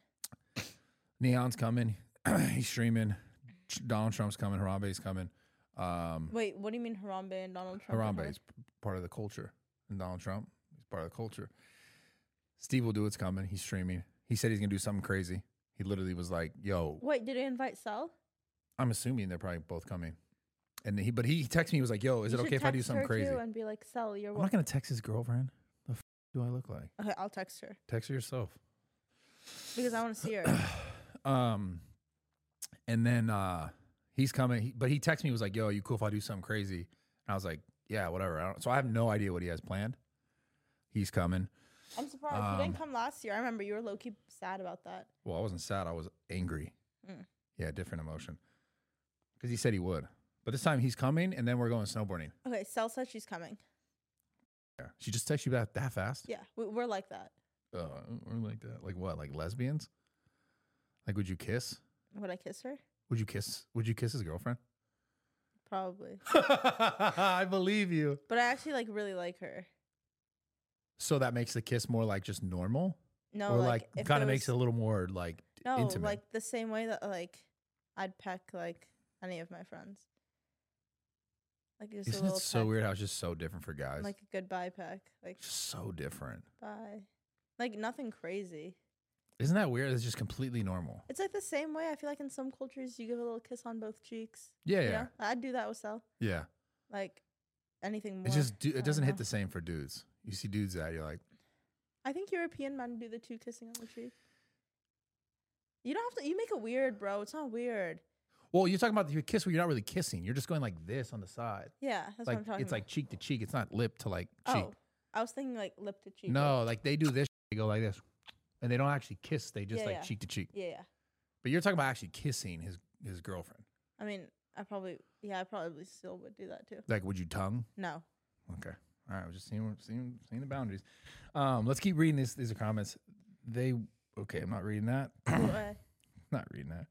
A: neon's coming. (clears throat) He's streaming. Donald Trump's coming. Harambe's coming. Um,
C: Wait, what do you mean Harambe and Donald Trump? are
A: Harambe
C: both-
A: is p- part of the culture, and Donald Trump is part of the culture. Steve will do what's coming. He's streaming. He said he's gonna do something crazy. He literally was like, "Yo,
C: Wait, did he invite Sel?
A: I'm assuming they're probably both coming." And he, but he texted me. He was like, "Yo, is
C: You
A: it
C: should
A: okay if I do
C: text
A: something
C: her
A: crazy?"
C: Too and be like, Sel, you're
A: I'm not
C: what?
A: gonna text his girlfriend. The f- do I look like?
C: Okay, I'll text her
A: Text her yourself.
C: because I want to see her.
A: (clears throat) Um, and then uh, he's coming. He, but he texted me. He was like, "Yo, you cool if I do something crazy?" And I was like, "Yeah, whatever." I don't, so I have no idea what he has planned. He's coming.
C: I'm surprised he
A: Um,
C: didn't come last year. I remember you were low key sad about that.
A: Well, I wasn't sad. I was angry.
C: Mm.
A: Yeah, different emotion. Because he said he would. But this time he's coming, and then we're going snowboarding.
C: Okay, Sel said she's coming.
A: Yeah. She just texted you that, that fast?
C: Yeah, we, we're like that.
A: Uh, or like that. Like what? Like lesbians? Like, would you kiss?
C: Would I kiss her?
A: Would you kiss? Would you kiss his girlfriend? (laughs)
C: Probably.
A: I believe you.
C: But I actually like really like her.
A: So that makes the kiss more like just normal,
C: No,
A: or like,
C: if
A: kind
C: there
A: of makes it
C: was-
A: a little more like
C: no,
A: intimate.
C: like the same way that like I'd peck like any of my friends. Like just a
A: Isn't
C: little
A: it so
C: peck,
A: weird how it's just so different for guys?
C: Like a goodbye peck. Like
A: so different.
C: bye. Like nothing crazy.
A: Isn't that weird? It's just completely normal.
C: It's like the same way I feel like in some cultures you give a little kiss on both cheeks.
A: Yeah, yeah,
C: you
A: yeah.
C: know? I'd do that with Sel. Like anything more.
A: It just do,
C: I
A: it
C: don't
A: doesn't hit
C: know.
A: the same for dudes. You see dudes that you're like,
C: I think European men do the two kissing on the cheek. You don't have to. You make it weird, bro. It's not weird.
A: well, you're talking about your kiss where you're not really kissing. You're just going like this on the side.
C: Yeah, that's what
A: like
C: I'm talking.
A: it's like cheek to cheek. It's not lip to like
C: about.
A: cheek.
C: oh, I was thinking like lip to cheek. like-
A: no, like they do this. They go like this, and they don't actually kiss. They just
C: Yeah,
A: like
C: yeah.
A: cheek to cheek.
C: Yeah, yeah.
A: But you're talking about actually kissing his his girlfriend.
C: I mean, I probably yeah, I probably still would do that too.
A: Like, would you tongue?
C: No. (coughs)
A: Okay. All right. I was just seeing, seeing, seeing the boundaries. Um, let's keep reading this. These are comments. They, okay, I'm not reading that. (clears throat)
C: Why?
A: not reading that.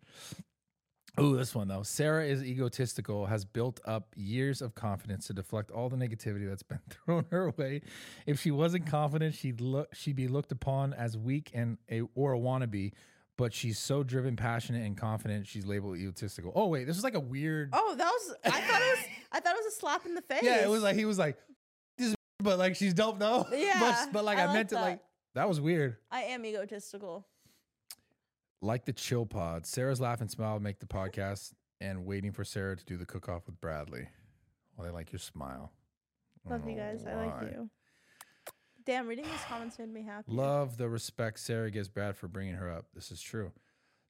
A: Oh, this one though. Sarah is egotistical, has built up years of confidence to deflect all the negativity that's been (laughs) thrown her way. If she wasn't confident, she'd look she'd be looked upon as weak and a or a wannabe. But she's so driven, passionate, and confident, she's labeled egotistical. Oh wait, this is like a weird.
C: oh, that was. I thought it was. I thought it was a slap in the face.
A: (laughs) yeah, it was like he was like this, but like she's dope though.
C: Yeah,
A: (laughs) but, but like
C: I
A: I,
C: like
A: meant it
C: that.
A: like that was weird.
C: I am egotistical.
A: Like the chill pod, Sarah's laugh and smile make
C: Mm-hmm.
A: the podcast, and waiting for Sarah to do the cook off with Bradley. Well, they like your smile. I don't
C: Love you
A: know
C: guys. I like
A: why.
C: you. Damn, reading these comments made me happy.
A: Love the respect Sarah gives Brad for bringing her up. This is true.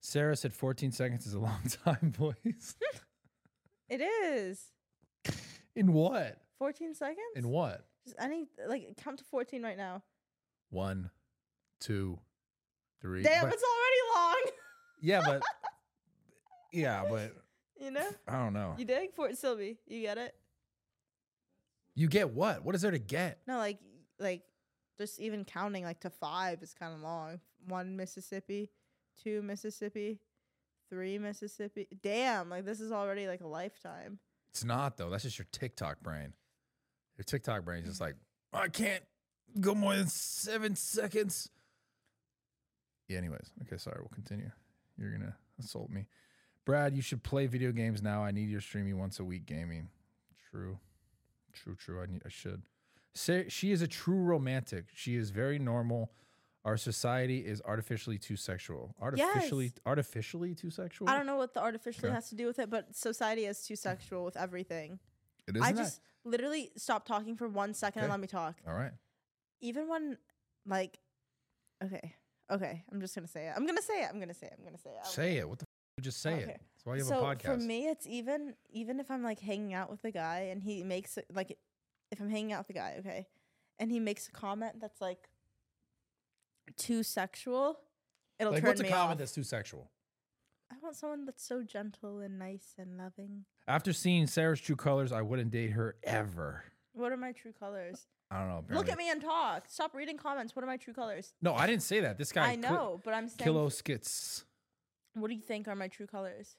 A: Sarah said 14 seconds is a (laughs) long time, boys.
C: It is.
A: In what?
C: 14 seconds?
A: In what?
C: Just any like count to 14 right now.
A: One, two, three.
C: Damn,
A: But-
C: it's already long. (laughs)
A: yeah, but yeah, but
C: you know?
A: I don't know.
C: You dig? Fort Sylvie. You get it?
A: You get what? What is there to get?
C: No, like like just even counting like to 5 is kind of long. 1 Mississippi, 2 Mississippi, 3 Mississippi. Damn, like this is already like a lifetime.
A: It's not though. That's just your TikTok brain. Your TikTok brain's just like, I can't go more than seven seconds. Yeah, anyways. Okay, sorry, we'll continue. You're gonna assault me. Brad, you should play video games now. I need your streaming once a week gaming. True. True, true. I need I should. Say she is a true romantic. She is very normal. Our society is artificially too sexual. Artificially artificially too sexual?
C: I don't know what the artificially
A: Okay.
C: has to do with it, but society is too sexual with everything.
A: It isn't
C: I just literally stop talking for 1 second and
A: Okay.
C: let me talk.
A: that? All right.
C: even when like okay okay i'm just gonna say it i'm gonna say it i'm gonna say it i'm gonna say it I don't
A: Say it. What the f- just say
C: Okay.
A: it. That's why you have
C: so
A: a podcast.
C: for me it's even even if i'm like hanging out with a guy and he makes it like if i'm hanging out with a guy okay and he makes a comment that's like too sexual it'll
A: like
C: turn
A: what's a
C: me
A: comment
C: off
A: that's too sexual?
C: i want someone that's so gentle and nice and loving
A: After seeing Sarah's true colors, I wouldn't date her ever.
C: what are my true colors
A: I don't know.
C: look
A: apparently-
C: at me and talk stop reading comments what are my true colors
A: No, I didn't say that. This guy.
C: i know but i'm saying
A: Kilo skits.
C: what do you think are my true colors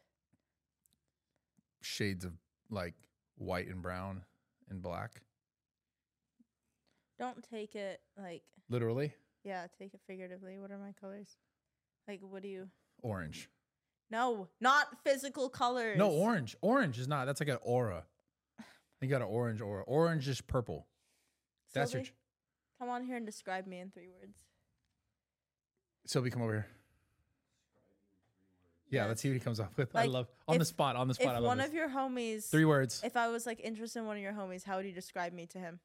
A: Shades of like white and brown and black.
C: don't take it like
A: Literally
C: Yeah, take it figuratively. What are my colors? Like, what do you?
A: orange.
C: No, not physical colors.
A: No orange. Orange is not. That's like an aura. You got an orange aura. Orange is purple. That's your.
C: Sylvie, Come on here and describe me in three words.
A: Sylvie, come over here. Yeah, let's see what he comes up with. I
C: Like,
A: love on the
C: if-
A: spot. On the spot. I
C: if
A: love
C: one
A: this.
C: of your homies,
A: Three words.
C: if I was like interested in one of your homies, how would you describe me to him?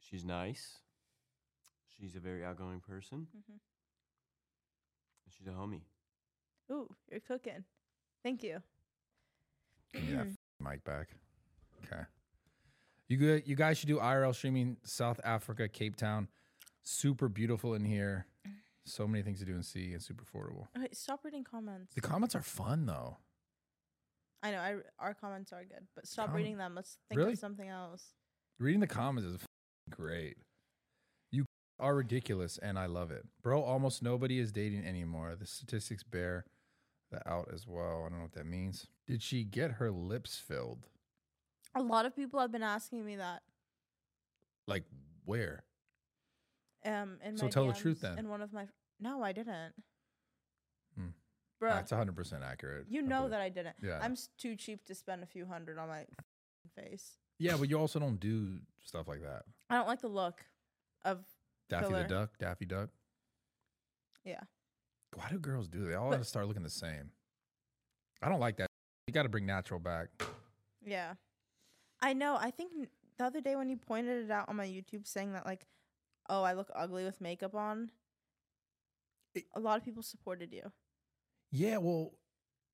D: She's nice. She's a very outgoing person. and She's a homie.
C: Ooh, you're cooking. Thank you.
A: Give
C: Mm.
A: me that f- mic back. Okay. You good? You guys should do IRL streaming South Africa, Cape Town. Super beautiful in here. So many things to do and see, and super affordable.
C: Okay, stop reading comments.
A: The comments are fun though.
C: I know I, r- our comments are good, but stop
A: Comment-
C: reading them. Let's think
A: Really?
C: of something else.
A: Reading the comments is f- great. You are ridiculous, and I love it, bro. Almost nobody is dating anymore. The statistics bear that out as well. I don't know what that means. Did she get her lips filled?
C: A lot of people have been asking me that.
A: Like where?
C: Um, in
A: So
C: my
A: tell the truth
C: DMs,
A: then.
C: And one of my no, I didn't.
A: Hmm.
C: Bro,
A: That's 100 percent accurate.
C: You
A: I
C: know
A: believe-
C: that I didn't.
A: Yeah.
C: I'm s- too cheap to spend a few hundred on my f***ing (laughs) face.
A: Yeah, but you also don't do stuff like that.
C: I don't like the look of
A: Daffy
C: Killer.
A: the Duck, Daffy Duck.
C: Yeah.
A: Why do girls do that? They all
C: But-
A: have to start looking the same. I don't like that. You got to bring natural back.
C: yeah. I know. I think n- the other day when you pointed it out on my YouTube saying that like, oh, I look ugly with makeup on.
A: It-
C: a lot of people supported you.
A: Yeah, well,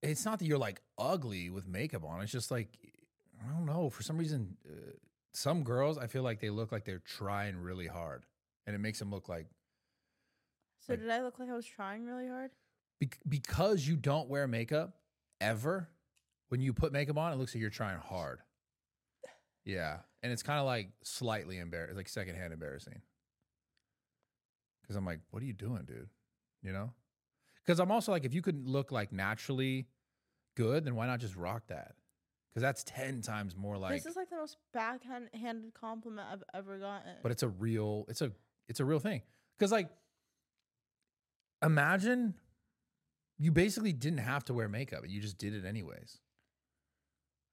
A: it's not that you're like ugly with makeup on. It's just like I don't know. For some reason, uh, some girls I feel like they look like they're trying really hard, and it makes them look like
C: So
A: Like-
C: did I look like I was trying really hard?
A: bec- because you don't wear makeup ever. When you put makeup on, it looks like you're trying hard. Yeah, and it's kind of like slightly embarrassing, like secondhand embarrassing. Because I'm like, what are you doing, dude? You know? Because I'm also like, if you could look like naturally good, then why not just rock that? Because that's ten times more like.
C: this is like the most backhanded compliment I've ever gotten.
A: but it's a real, it's a, it's a real thing. Because like, imagine you basically didn't have to wear makeup, you just did it anyways.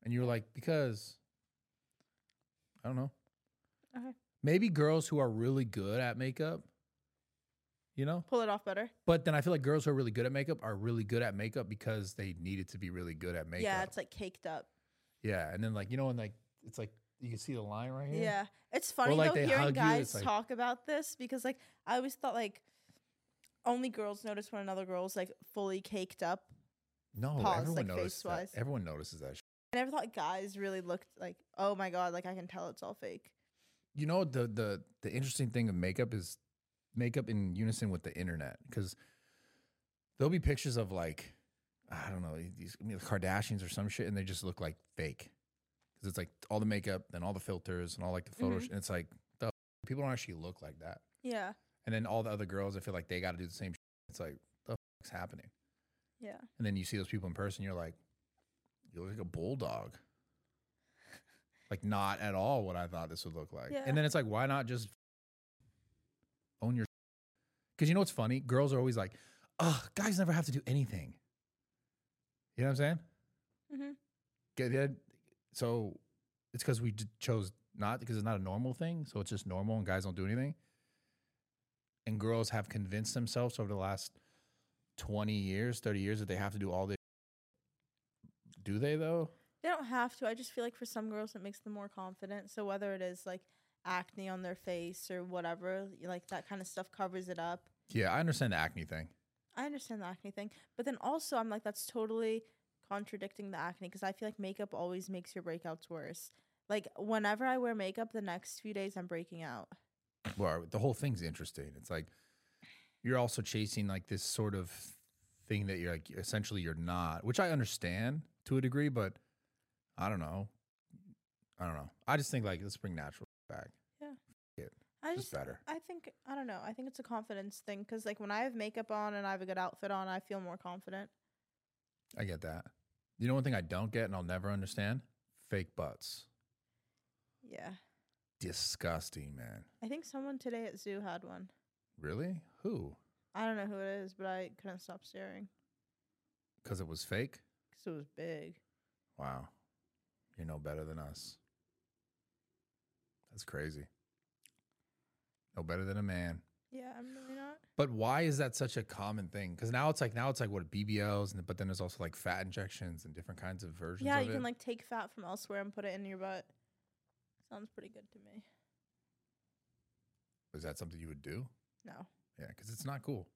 A: And you were like, because I don't know.
C: Okay.
A: Maybe girls who are really good at makeup, you know,
C: Pull it off better.
A: But then I feel like girls who are really good at makeup are really good at makeup because they needed to be really good at makeup.
C: Yeah, it's like caked up.
A: yeah. And then like you know, and like it's like you can see the line right
C: Yeah.
A: here.
C: It's funny
A: like,
C: though
A: they hug you,
C: hearing
A: it's
C: guys
A: like-
C: talk about this because like I always thought like only girls notice when another girl's like fully caked up.
A: No,
C: Pause,
A: everyone
C: like,
A: notices. That.
C: face-wise.
A: Everyone notices that. Shit.
C: I never thought guys really looked like, oh my god, like I can tell it's all fake.
A: You know the the the interesting thing of makeup is makeup in unison with the internet because there'll be pictures of like I don't know these I mean, the Kardashians or some shit, and they just look like fake because it's like all the makeup, then all the filters, and all like the photos, and it's like the people don't actually look like that.
C: Yeah.
A: And then all the other girls, I feel like they got to do the same. Shit. It's like the fuck's happening.
C: Yeah.
A: And then you see those people in person, you're like, you look like a bulldog. like not at all what I thought this would look like.
C: Yeah.
A: And then it's like, why not just own your? (laughs) Because you know what's funny? Girls are always like, oh, guys never have to do anything. You know what I'm saying?
C: Mm-hmm.
A: Get it? So it's because we d- chose not because it's not a normal thing. So it's just normal, and guys don't do anything. And girls have convinced themselves over the last twenty years, thirty years that they have to do all this. Do they though?
C: They don't have to. I just feel like for some girls it makes them more confident. So whether it is like acne on their face or whatever, y- like that kind of stuff covers it up.
A: Yeah, I understand the acne thing.
C: I understand the acne thing, but then also I'm like that's totally contradicting the acne because I feel like makeup always makes your breakouts worse. Like whenever I wear makeup, the next few days I'm breaking out.
A: Well, the whole thing's interesting. It's like you're also chasing like this sort of thing that you're like essentially you're not, which I understand to a degree, but I don't know. I don't know. I just think like let's bring natural back.
C: I
A: Just
C: just,
A: better.
C: I think I don't know. I think it's a confidence thing because like when I have makeup on and I have a good outfit on, I feel more confident.
A: I get that. You know one thing I don't get and I'll never understand? Fake butts.
C: Yeah,
A: Disgusting, man.
C: I think someone today at zoo had one.
A: Really? Who?
C: I don't know who it is, but I couldn't stop staring
A: Because it was fake?
C: because it was big.
A: Wow. You're no better than us. That's crazy. No better than a man.
C: Yeah, I'm really not.
A: But why is that such a common thing? Because now it's like now it's like what BBLs, and but then there's also like fat injections and different kinds of versions.
C: Yeah,
A: of
C: you
A: it.
C: can like take fat from elsewhere and put it in your butt. Sounds pretty good to me.
A: Is that something you would do?
C: No.
A: Yeah, because it's not cool.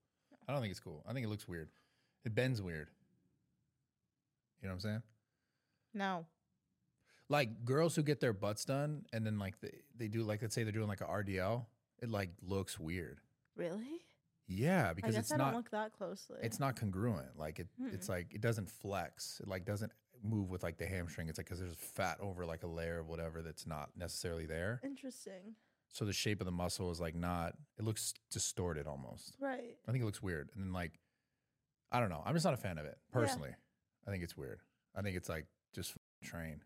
A: I don't think it's cool. I think it looks weird. It bends weird. You know what I'm saying?
C: No.
A: like girls who get their butts done and then like they, they do like let's say they're doing like a RDL, it like looks weird.
C: Really?
A: Yeah,
C: I
A: because
C: guess
A: it's
C: I
A: not
C: don't look that closely.
A: it's not congruent. Like it it's
C: Mm-mm.
A: like it doesn't flex. It like doesn't move with like the hamstring. It's like cuz there's fat over like a layer of whatever that's not necessarily there.
C: interesting.
A: So the shape of the muscle is like not it looks distorted almost.
C: Right.
A: I think it looks weird. And then like I don't know. I'm just not a fan of it personally. I think it's weird. I think it's like just f- train.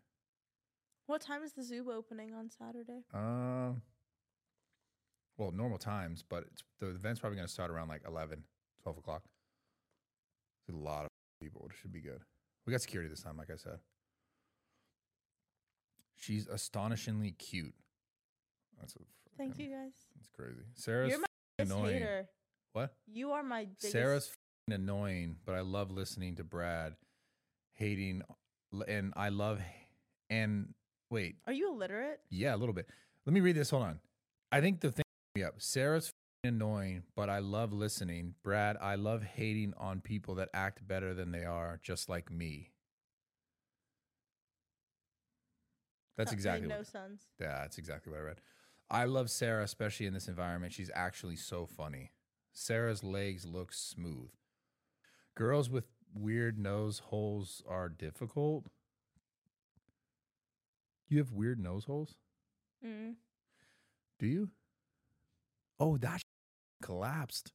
C: What time is the zoo opening on Saturday?
A: Um, well, normal times, but it's, the event's probably going to start around like 11, 12 o'clock. There's a lot of people, which should be good. We got security this time, like I said. She's astonishingly cute. That's a
C: Thank
A: freaking-
C: you guys.
A: That's crazy. Sarah's
C: You're my
A: f***ing
C: biggest
A: annoying.
C: hater.
A: What?
C: You are my biggest.
A: Sarah's f***ing annoying, but I love listening to Brad hating, l- and I love and wait,
C: Are you illiterate?
A: yeah, a little bit. Let me read this. Hold on. I think the thing me up. Sarah's f***ing annoying, but I love listening. Brad, I love hating on people that act better than they are, just like me. That's
C: Not- made
A: exactly what
C: No sense.
A: yeah, that's exactly what I read. I love Sarah, especially in this environment. She's actually so funny. Sarah's legs look smooth. Girls with weird nose holes are difficult. You have weird nose holes?
C: Mm.
A: Do you? Oh, that (laughs) collapsed.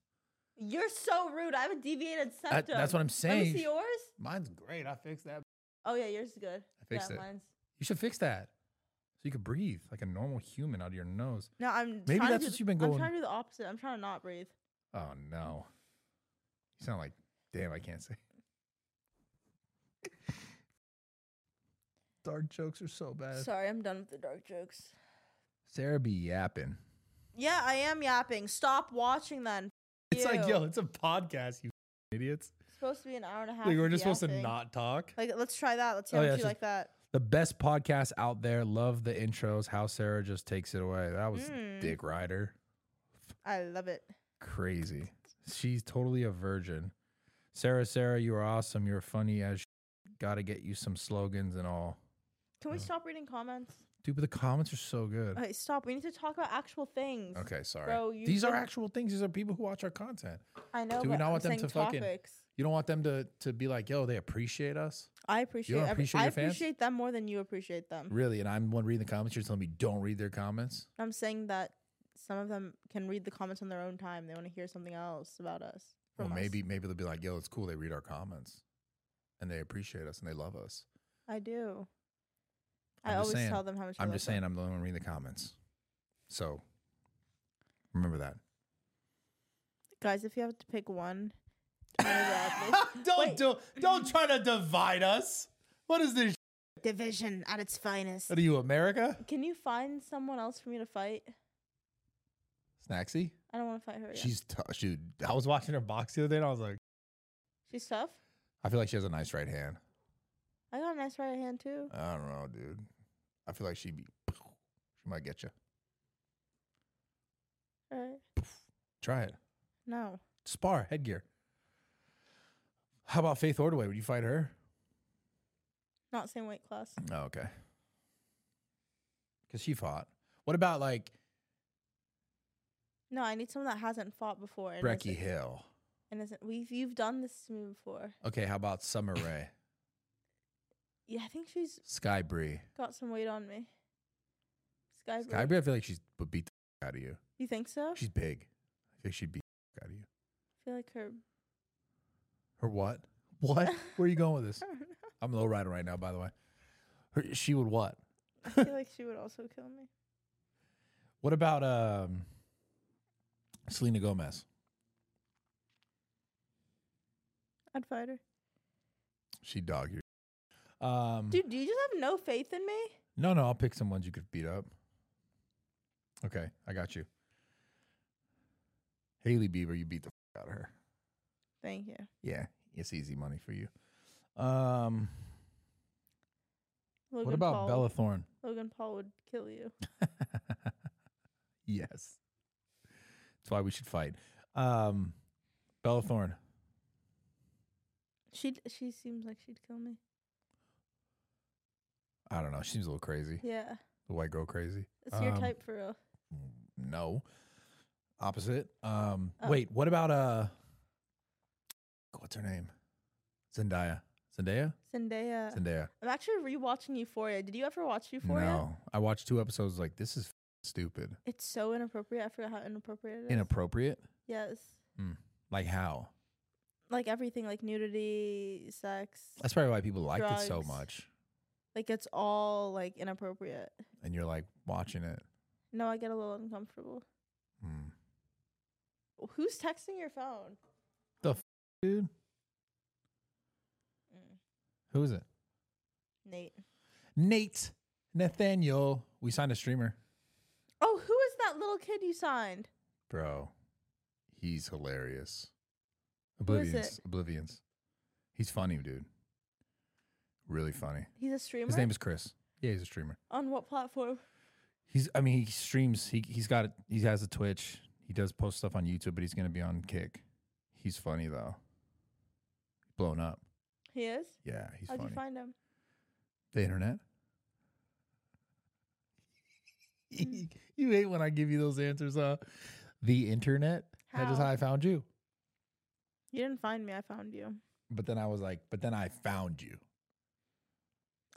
C: You're so rude. I have a deviated septum.
A: That- that's what I'm
C: Let me
A: saying.
C: see yours.
A: Mine's great. I fixed that.
C: Oh yeah, yours is good.
A: I fixed
C: yeah,
A: it.
C: mine's.
A: You should fix that so you could breathe like a normal human out of your nose.
C: No, I'm.
A: Maybe
C: trying to
A: that's
C: do
A: what
C: the-
A: you've been
C: I'm
A: going-
C: trying to do the opposite. I'm trying to not breathe.
A: Oh no. You sound like damn, I can't say. Dark jokes are so bad.
C: Sorry, I'm done with the dark jokes.
A: Sarah be yapping.
C: Yeah, I am yapping. Stop watching then.
A: It's like,
C: Ew.
A: yo, it's a podcast, you (laughs) idiots.
C: It's supposed to be an hour and a half.
A: Like we're
C: of
A: just supposed to
C: yapping.
A: not talk.
C: Like, let's try that. Let's see
A: Oh,
C: how
A: yeah,
C: much
A: it's just-
C: you like that.
A: The best podcast out there. Love the intros. How Sarah just takes it away. That was
C: Mm.
A: Dick Ryder.
C: I love it.
A: Crazy. She's totally a virgin. Sarah, Sarah, you are awesome. You're funny as sh- gotta get you some slogans and all.
C: Can we
A: Yeah.
C: stop reading comments?
A: Dude, but the comments are so good.
C: Okay, stop. We need to talk about actual things.
A: Okay, sorry.
C: Bro, you
A: These are
C: didn't-
A: actual things. These are people who watch our content.
C: I know.
A: Do we
C: but
A: not
C: I'm
A: want them
C: saying
A: to fucking-
C: topics.
A: You don't want them to to be like, yo, they appreciate us.
C: I appreciate.
A: don't
C: every-
A: appreciate
C: I
A: your fans?
C: appreciate them more than you appreciate them.
A: Really? And I'm the one reading the comments. You're telling me don't read their comments?
C: I'm saying that some of them can read the comments on their own time. They want to hear something else about us.
A: Well,
C: from us.
A: maybe maybe they'll be like, yo, it's cool. They read our comments, and they appreciate us and they love us.
C: I do. i
A: I'm just
C: always
A: saying-
C: tell them how much. I
A: I'm
C: love
A: just saying,
C: them.
A: I'm the only one reading the comments. So remember that.
C: guys, if you have to pick one,
A: (laughs)
C: Bradley. Wait.
A: do (laughs) don't try to divide us. What is this?
C: division at its finest.
A: What are you, America?
C: Can you find someone else for me to fight?
A: Snacksy?
C: I don't want to fight her. Yet.
A: She's tough. Dude, I was watching her box the other day, and I was like,
C: she's tough.
A: I feel like she has a nice right hand.
C: I got a nice right hand too.
A: I don't know, dude. I feel like she'd be, she might get you.
C: All right.
A: Try it.
C: No,
A: Spar, headgear. How about Faith Ordway? Would you fight her?
C: not same weight class.
A: Oh, okay. Because she fought. What about like
C: No, I need someone that hasn't fought before. And
A: Brecky
C: isn't-
A: Hill?
C: And isn't we've you've done this to me before.
A: Okay, how about Summer Rae?
C: Yeah, I think she's
A: Sky Bree?
C: got some weight on me. Sky.
A: Sky
C: Blue.
A: Bree, I feel like she's would beat the out of you.
C: You think so?
A: She's big. I think she'd beat the out of you.
C: I feel like
A: (laughs)
C: her.
A: Her what? What? Where are you going with
C: (laughs)
A: this?
C: I don't know.
A: I'm low rider right now, by the way. Her, she would what?
C: I feel like she would also kill me.
A: What about um, Selena Gomez?
C: I'd fight her.
A: She dog you. Um,
C: Dude, do you just have no faith in me?
A: no, no, I'll pick some ones you could beat up. Okay, I got you. Haley Bieber, you beat the f- out of her.
C: Thank you.
A: Yeah, it's easy money for you. Um,
C: Logan
A: what about
C: Paul,
A: Bella Thorne?
C: Logan Paul would kill you.
A: yes, that's why we should fight. Um, Bella Thorne.
C: She would she seems like she'd kill me.
A: I don't know. She seems a little crazy.
C: Yeah,
A: The white girl crazy.
C: it's your
A: Um,
C: type for real.
A: No. Opposite. Um
C: Oh.
A: wait, what about uh what's her name? Zendaya. Zendaya?
C: Zendaya.
A: Zendaya.
C: I'm actually rewatching Euphoria. Did you ever watch Uh, Euphoria?
A: No. I watched two episodes like this is f- stupid.
C: It's so inappropriate. I forgot how inappropriate it is.
A: Inappropriate?
C: yes.
A: Like how?
C: Like everything, like nudity, sex.
A: That's probably why people liked it so
C: Drugs.
A: much.
C: Like it's all like inappropriate.
A: And you're like watching it.
C: No, I get a little uncomfortable.
A: Hmm.
C: Who's texting your phone?
A: Dude,
C: Mm,
A: who is it?
C: Nate.
A: Nate. Nathaniel, we signed a streamer,
C: Oh, who is that little kid you signed?
A: bro. He's hilarious.
C: Who is
A: Oblivions,
C: it?
A: Oblivions. He's funny, dude. Really funny.
C: He's a streamer.
A: His name is Chris. Yeah, he's a streamer.
C: on what platform?
A: He's. I mean, he streams. He he's got. He has a Twitch. He does post stuff on YouTube, but he's gonna be on Kick. He's funny though. Blown up.
C: He is.
A: Yeah, he's
C: How'd
A: funny.
C: you find him?
A: the internet. (laughs) you hate when I give you those answers, huh? The internet. That is
C: How?
A: how I found you.
C: You didn't find me. I found you.
A: But then I was like, but then I found you.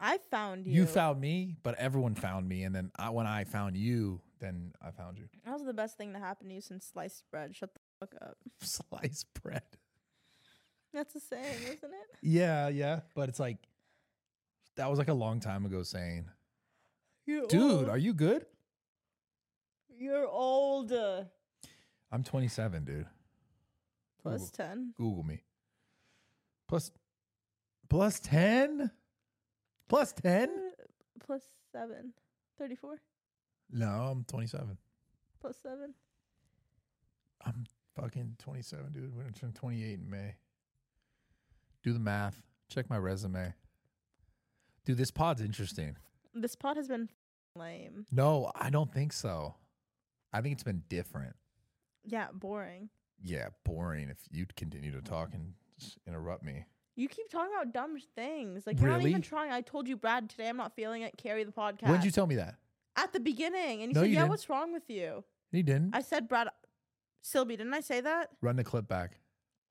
C: I found you.
A: You found me, but everyone found me, and then I, when I found you, then I found you. (laughs)
C: That was the best thing to happen to you since sliced bread. Shut the fuck up. (laughs)
A: Sliced bread.
C: That's a saying, isn't it?
A: Yeah, yeah, but it's like that was like a long time ago saying,
C: You're
A: (laughs) "Dude,
C: old.
A: are you good?"
C: you're old.
A: I'm 27, dude.
C: Plus
A: Google,
C: ten.
A: Google me. Plus, plus 10, plus 10.
C: Uh, Plus seven. Thirty-four.
A: No, I'm 27.
C: Plus seven.
A: I'm fucking 27, dude. We're gonna turn 28 in May. Do the math. Check my resume. Dude, this pod's interesting.
C: This pod has been f***ing lame.
A: No, I don't think so. I think it's been different.
C: Yeah, boring.
A: Yeah, boring. If you'd continue to talk and just interrupt me,
C: You keep talking about dumb sh- things. Like you're not
A: Really?
C: even trying. I told you, Brad, today I'm not feeling it. Carry the podcast.
A: when'd you tell me that?
C: At the beginning, and you
A: No,
C: said,
A: you
C: "Yeah,
A: didn't.
C: what's wrong with you?"
A: He didn't.
C: I said, "Brad, Sylvie, didn't I say that?"
A: Run the clip back.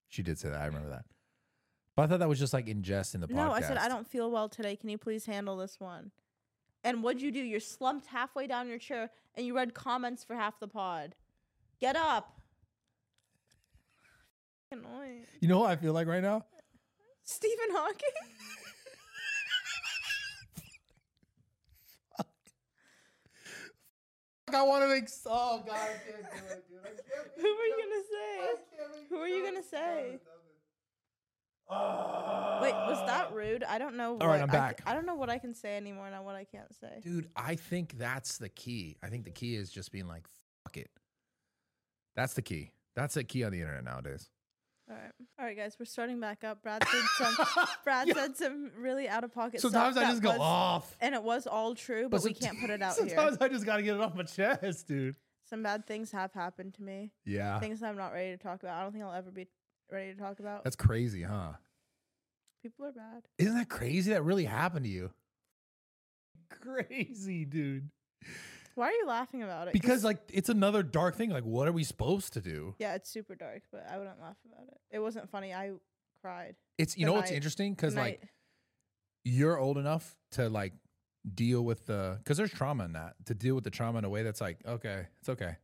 A: She did say that. I remember that. But I thought that was just like ingest in the podcast.
C: No, I said I don't feel well today. Can you please handle this one? And what'd you do? You're slumped halfway down your chair and you read comments for half the pod. Get up. Annoying.
A: You know what I feel like right now?
C: Stephen Hawking? (laughs)
A: I want to make. Oh God, I can't do it, dude. I can't
C: (laughs) Who are you gonna say? Who are you gonna say?
A: Oh,
C: Wait, was
A: Ah.
C: that rude? I don't know.
A: All right, I'm
C: what I c-
A: back.
C: I don't know what I can say anymore and what I can't say.
A: Dude, I think that's the key. I think the key is just being like, fuck it. That's the key. That's the key on the internet
C: (laughs)
A: nowadays. (laughs)
C: All right, all right, guys, we're starting back up. Brad said
A: (laughs)
C: some. Brad
A: Yeah.
C: said some really out of pocket.
A: Sometimes
C: stuff
A: I
C: that
A: just go
C: was-
A: off.
C: And it was all true, (laughs) but, we
A: somet-
C: can't
A: (laughs)
C: put it out here.
A: Sometimes I just got to get it off my chest, dude.
C: Some bad things have happened to me.
A: Yeah.
C: Things I'm not ready to talk about. I don't think I'll ever be ready to talk about.
A: That's crazy, huh?
C: People are bad.
A: Isn't that crazy? That really happened to
C: (laughs)
A: you. Crazy, dude.
C: Why are you laughing about it? 'Cause-
A: Because, like, it's another dark thing. Like, what are we supposed to do?
C: yeah, it's super dark, but I wouldn't laugh about it. It wasn't funny. I cried.
A: It's, you
C: The
A: know, what's
C: night-
A: interesting? Because,
C: And I-
A: like, you're old enough to like deal with the because there's trauma in that to deal with the trauma in a way that's like okay it's okay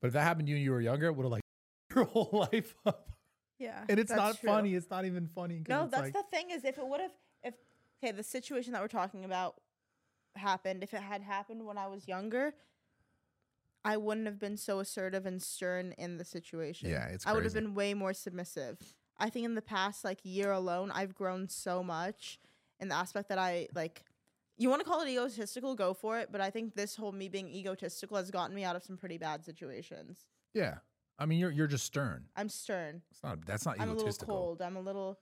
A: but if that happened to you when you were younger it would have like (laughs) your whole life up
C: yeah,
A: and it's
C: that's
A: not
C: true.
A: funny it's not even funny 'cause
C: No,
A: it's
C: that's
A: like,
C: the thing is if it would have if okay, the situation that we're talking about happened, if it had happened when I was younger, I wouldn't have been so assertive and stern in the situation.
A: Yeah, it's
C: I would have
A: crazy.
C: been way more submissive. I think in the past like year alone, I've grown so much in the aspect that I like you want to call it egotistical, go for it, but I think this whole me being egotistical has gotten me out of some pretty bad situations.
A: yeah i mean you're you're just stern
C: I'm stern.
A: it's not that's not
C: I'm a little
A: egotistical
C: cold. I'm a little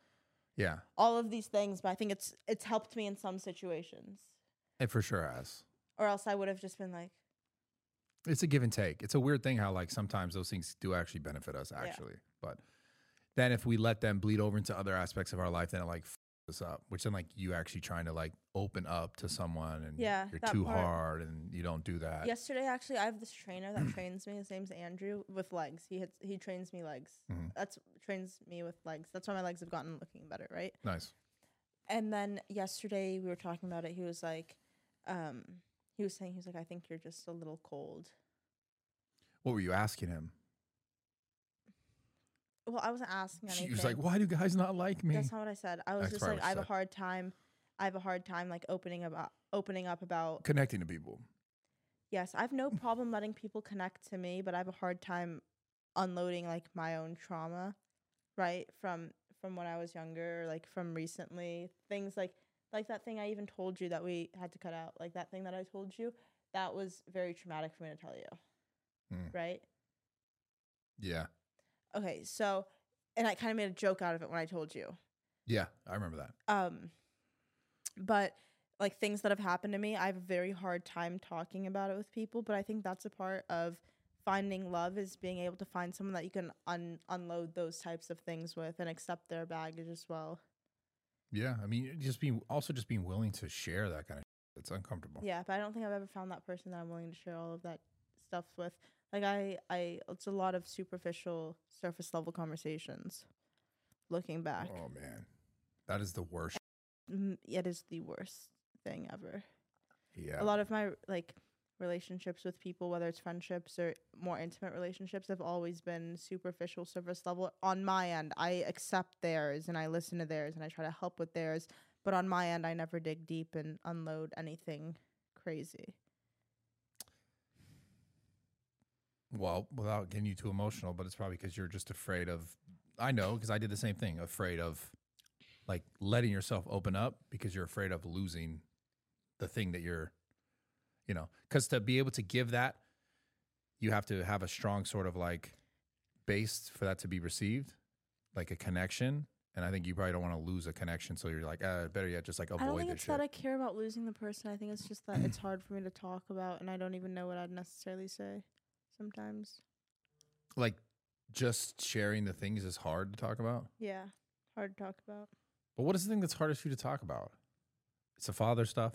A: yeah
C: all of these things, but I think it's it's helped me in some situations.
A: it for sure has
C: Or else I would have just been like,
A: it's a give and take it's a weird thing how like sometimes those things do actually benefit us actually but then if we let them bleed over into other aspects of our life then it like f- us up which then like you actually trying to like open up to someone and
C: Yeah,
A: you're
C: that
A: too
C: part.
A: hard and you don't do that
C: yesterday actually I have this trainer
A: (clears throat)
C: that trains me. His name's Andrew with legs. He hits, he trains me legs.
A: Mhm.
C: That's trains me with legs. That's why my legs have gotten looking better, right?
A: nice
C: And then yesterday we were talking about it. He was like, um, he was saying he was like, I think you're just a little cold.
A: what were you asking him
C: Well, I wasn't asking anything.
A: she was like why do guys not like me
C: That's not what I said. I was
A: That's
C: just
A: probably
C: like,
A: what you
C: I have a
A: said.
C: hard time. I have a hard time like opening about opening up about
A: connecting to people
C: Yes, I have no problem letting people connect to me, but I have a hard time unloading like my own trauma, right? From from when I was younger, like from recently, things like Like that thing I even told you that we had to cut out. Like that thing that I told you, that was very traumatic for me to tell you.
A: Mm.
C: Right?
A: Yeah.
C: Okay, so and I kind of made a joke out of it when I told you.
A: Yeah. I remember that.
C: Um but like things that have happened to me, I have a very hard time talking about it with people, but I think that's a part of finding love is being able to find someone that you can un- unload those types of things with and accept their baggage as well.
A: Yeah. I mean, just being also just being willing to share that kind of it's uncomfortable.
C: Yeah, but I don't think I've ever found that person that I'm willing to share all of that stuff with. Like I, I, it's a lot of superficial, surface level conversations. Looking back,
A: Oh man. That is the worst.
C: mm, it is the worst thing ever.
A: Yeah.
C: A lot of my like relationships with people, whether it's friendships or more intimate relationships, have always been superficial, surface level. On my end, I accept theirs and I listen to theirs and I try to help with theirs. But on my end, I never dig deep and unload anything crazy.
A: Well, without getting you too emotional, but it's probably because you're just afraid of. I know because I did the same thing, afraid of like letting yourself open up because you're afraid of losing the thing that you're, you know, because to be able to give that, you have to have a strong sort of like base for that to be received, like a connection. And I think you probably don't want to lose a connection. So you're like, uh, better yet, just like
C: I don't
A: avoid
C: think
A: this
C: it's that
A: shit.
C: I care about losing the person. I think it's just that it's hard for me to talk about, and I don't even know what I'd necessarily say sometimes.
A: like just sharing the things is hard to talk about.
C: Yeah, hard to talk about.
A: But what is the thing that's hardest for you to talk about? It's the father stuff.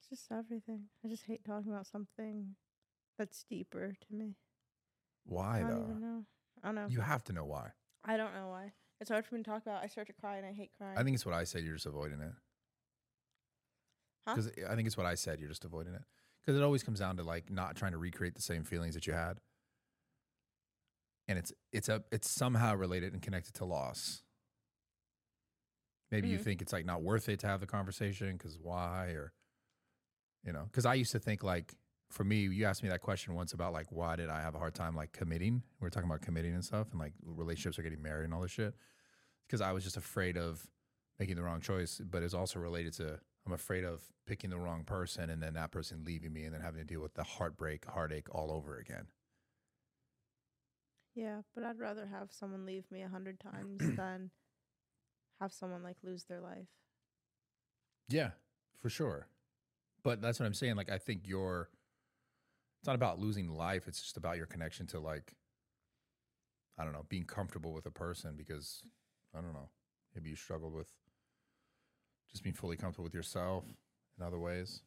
C: It's just everything. I just hate talking about something that's deeper to me.
A: Why
C: I don't
A: though?
C: even know. I don't know.
A: You have to know why.
C: I don't know why. It's hard for me to talk about. I start to cry, and I hate crying.
A: I think it's what I said. You're just avoiding it.
C: Huh?
A: Because I think it's what I said. You're just avoiding it. Because it always comes down to like not trying to recreate the same feelings that you had. And it's it's a it's somehow related and connected to loss. Maybe you
C: Mhm.
A: think it's like not worth it to have the conversation because why or you know because I used to think like for me you asked me that question once about like why did I have a hard time like committing we were talking about committing and stuff and like relationships are getting married and all this shit because I was just afraid of making the wrong choice, but it's also related to I'm afraid of picking the wrong person and then that person leaving me and then having to deal with the heartbreak, heartache all over again.
C: yeah, but I'd rather have someone leave me a hundred
A: (clears throat)
C: times than have someone like lose their life.
A: Yeah, for sure. But that's what I'm saying. Like, I think you're, it's not about losing life. It's just about your connection to, like, I don't know, being comfortable with a person because, I don't know, maybe you struggled with just being fully comfortable with yourself in other ways.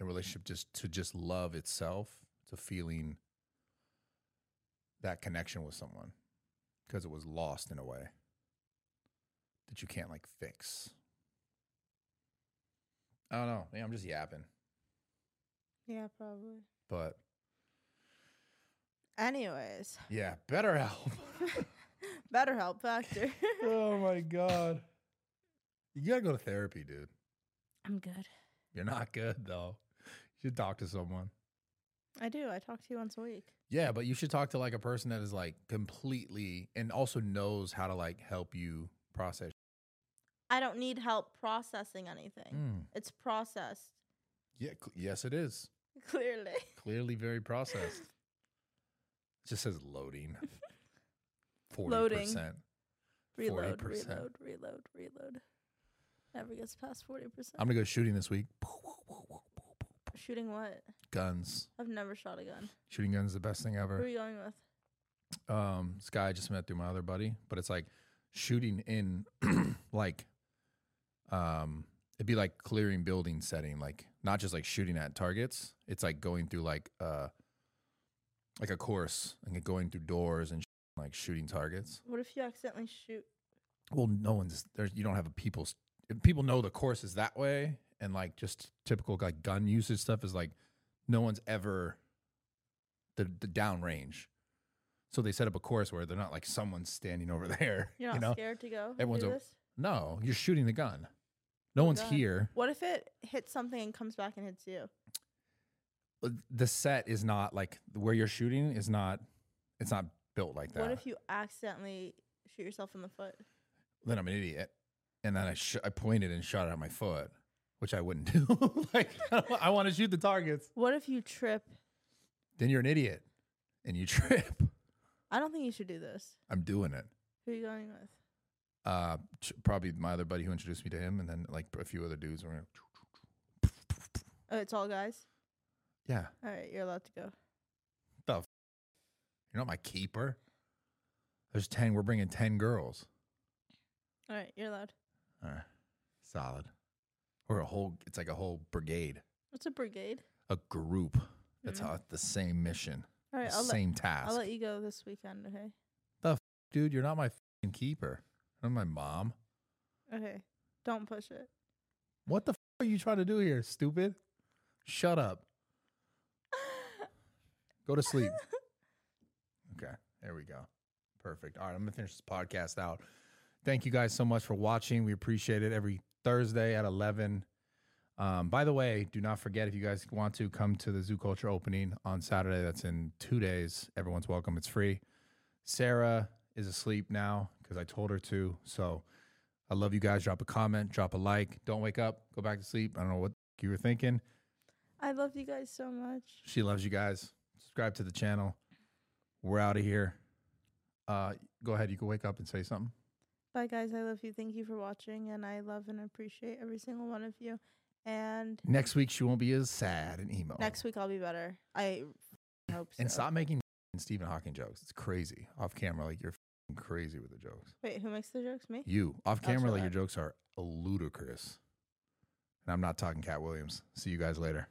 A: A relationship just to just love itself, to feeling that connection with someone because it was lost in a way that you can't, like, fix. I don't know. Yeah, I'm just yapping.
C: Yeah, probably.
A: But
C: Anyways, (laughs)
A: yeah, better help.
C: BetterHelp factor.
A: (laughs)
C: (laughs)
A: oh my god. You gotta go to therapy, dude.
C: I'm good.
A: You're not good though. You should talk to someone.
C: I do. I talk to you once a week.
A: Yeah, but you should talk to like a person that is like completely and also knows how to like help you process.
C: I don't need help processing anything.
A: Mm.
C: It's processed (laughs)
A: Yeah, cl- yes, it is.
C: clearly.
A: Clearly very processed. It just says loading. (laughs) 40%.
C: Loading. (laughs) reload,
A: 40%.
C: reload, reload, reload. Never gets past forty percent.
A: I'm gonna go shooting this week.
C: Shooting what?
A: Guns.
C: I've never shot a gun.
A: Shooting guns is the best thing ever.
C: Who are you going with?
A: um this guy I just met through my other buddy, but it's like shooting in (clears throat) like um it'd be like clearing building setting, like not just like shooting at targets. It's like going through like uh like a course and going through doors and sh- like shooting targets.
C: What if you accidentally shoot?
A: Well, no one's there. You don't have a people's people know the course is that way, and like just typical like gun usage stuff is like no one's ever the the downrange. So they set up a course where they're not like someone standing over (laughs) there.
C: You're not
A: you know,
C: scared to go. and
A: everyone's
C: do
A: a-
C: this?
A: no, you're shooting the gun. No one's
C: God.
A: here.
C: What if it hits something and comes back and hits you?
A: Uh, The set is not like where you're shooting is not. It's not built like that.
C: What if you accidentally shoot yourself in the foot?
A: then I'm an idiot. and then I sh- I pointed and shot at my foot, which I wouldn't (laughs) do. like I, don't- I want to shoot the targets.
C: What if you trip?
A: Then you're an idiot, and you (laughs) trip.
C: I don't think you should do this.
A: I'm doing it.
C: Who are you going with?
A: Uh, ch- probably my other buddy who introduced me to him, and then like a few other dudes. Were,
C: Oh, it's all guys.
A: yeah,
C: All right, you're allowed to go.
A: you're not my keeper. There's ten. We're bringing ten girls.
C: All right, you're allowed.
A: All right, solid. Or a whole. It's like a whole brigade,
C: It's a brigade.
A: a group. That's
C: Mhm.
A: all the same mission,
C: All right,
A: the
C: I'll let,
A: same task.
C: I'll let you go this weekend. Okay.
A: Dude, you're not my fing keeper. I'm my mom.
C: Okay. Don't push it.
A: What the f- are you trying to do here, stupid? Shut up. Go to sleep. okay, there we go. Perfect. All right, I'm gonna finish this podcast out. Thank you guys so much for watching. We appreciate it every Thursday at 11. Um, by the way, do not forget if you guys want to come to the Zoo Culture opening on Saturday. That's in two days. Everyone's welcome. It's free. Sarah is asleep now because I told her to. So I love you guys. Drop a comment, drop a like. Don't wake up, go back to sleep. I don't know what you were thinking.
C: I love you guys so much.
A: She loves you guys. Subscribe to the channel. We're out of here. Uh, go ahead. You can wake up and say something.
C: Bye, guys. I love you. Thank you for watching, and I love and appreciate every single one of you. And
A: Next week, she won't be as sad and emo.
C: next week I'll be better. I f- hope so.
A: And stop making (laughs) Stephen Hawking jokes. It's crazy. Off camera, like you're f***ing crazy with the jokes.
C: Wait, who makes the jokes? Me.
A: You, off
C: I'll
A: camera,
C: shut
A: like your
C: up.
A: jokes are ludicrous. And I'm not talking Cat Williams. See you guys later.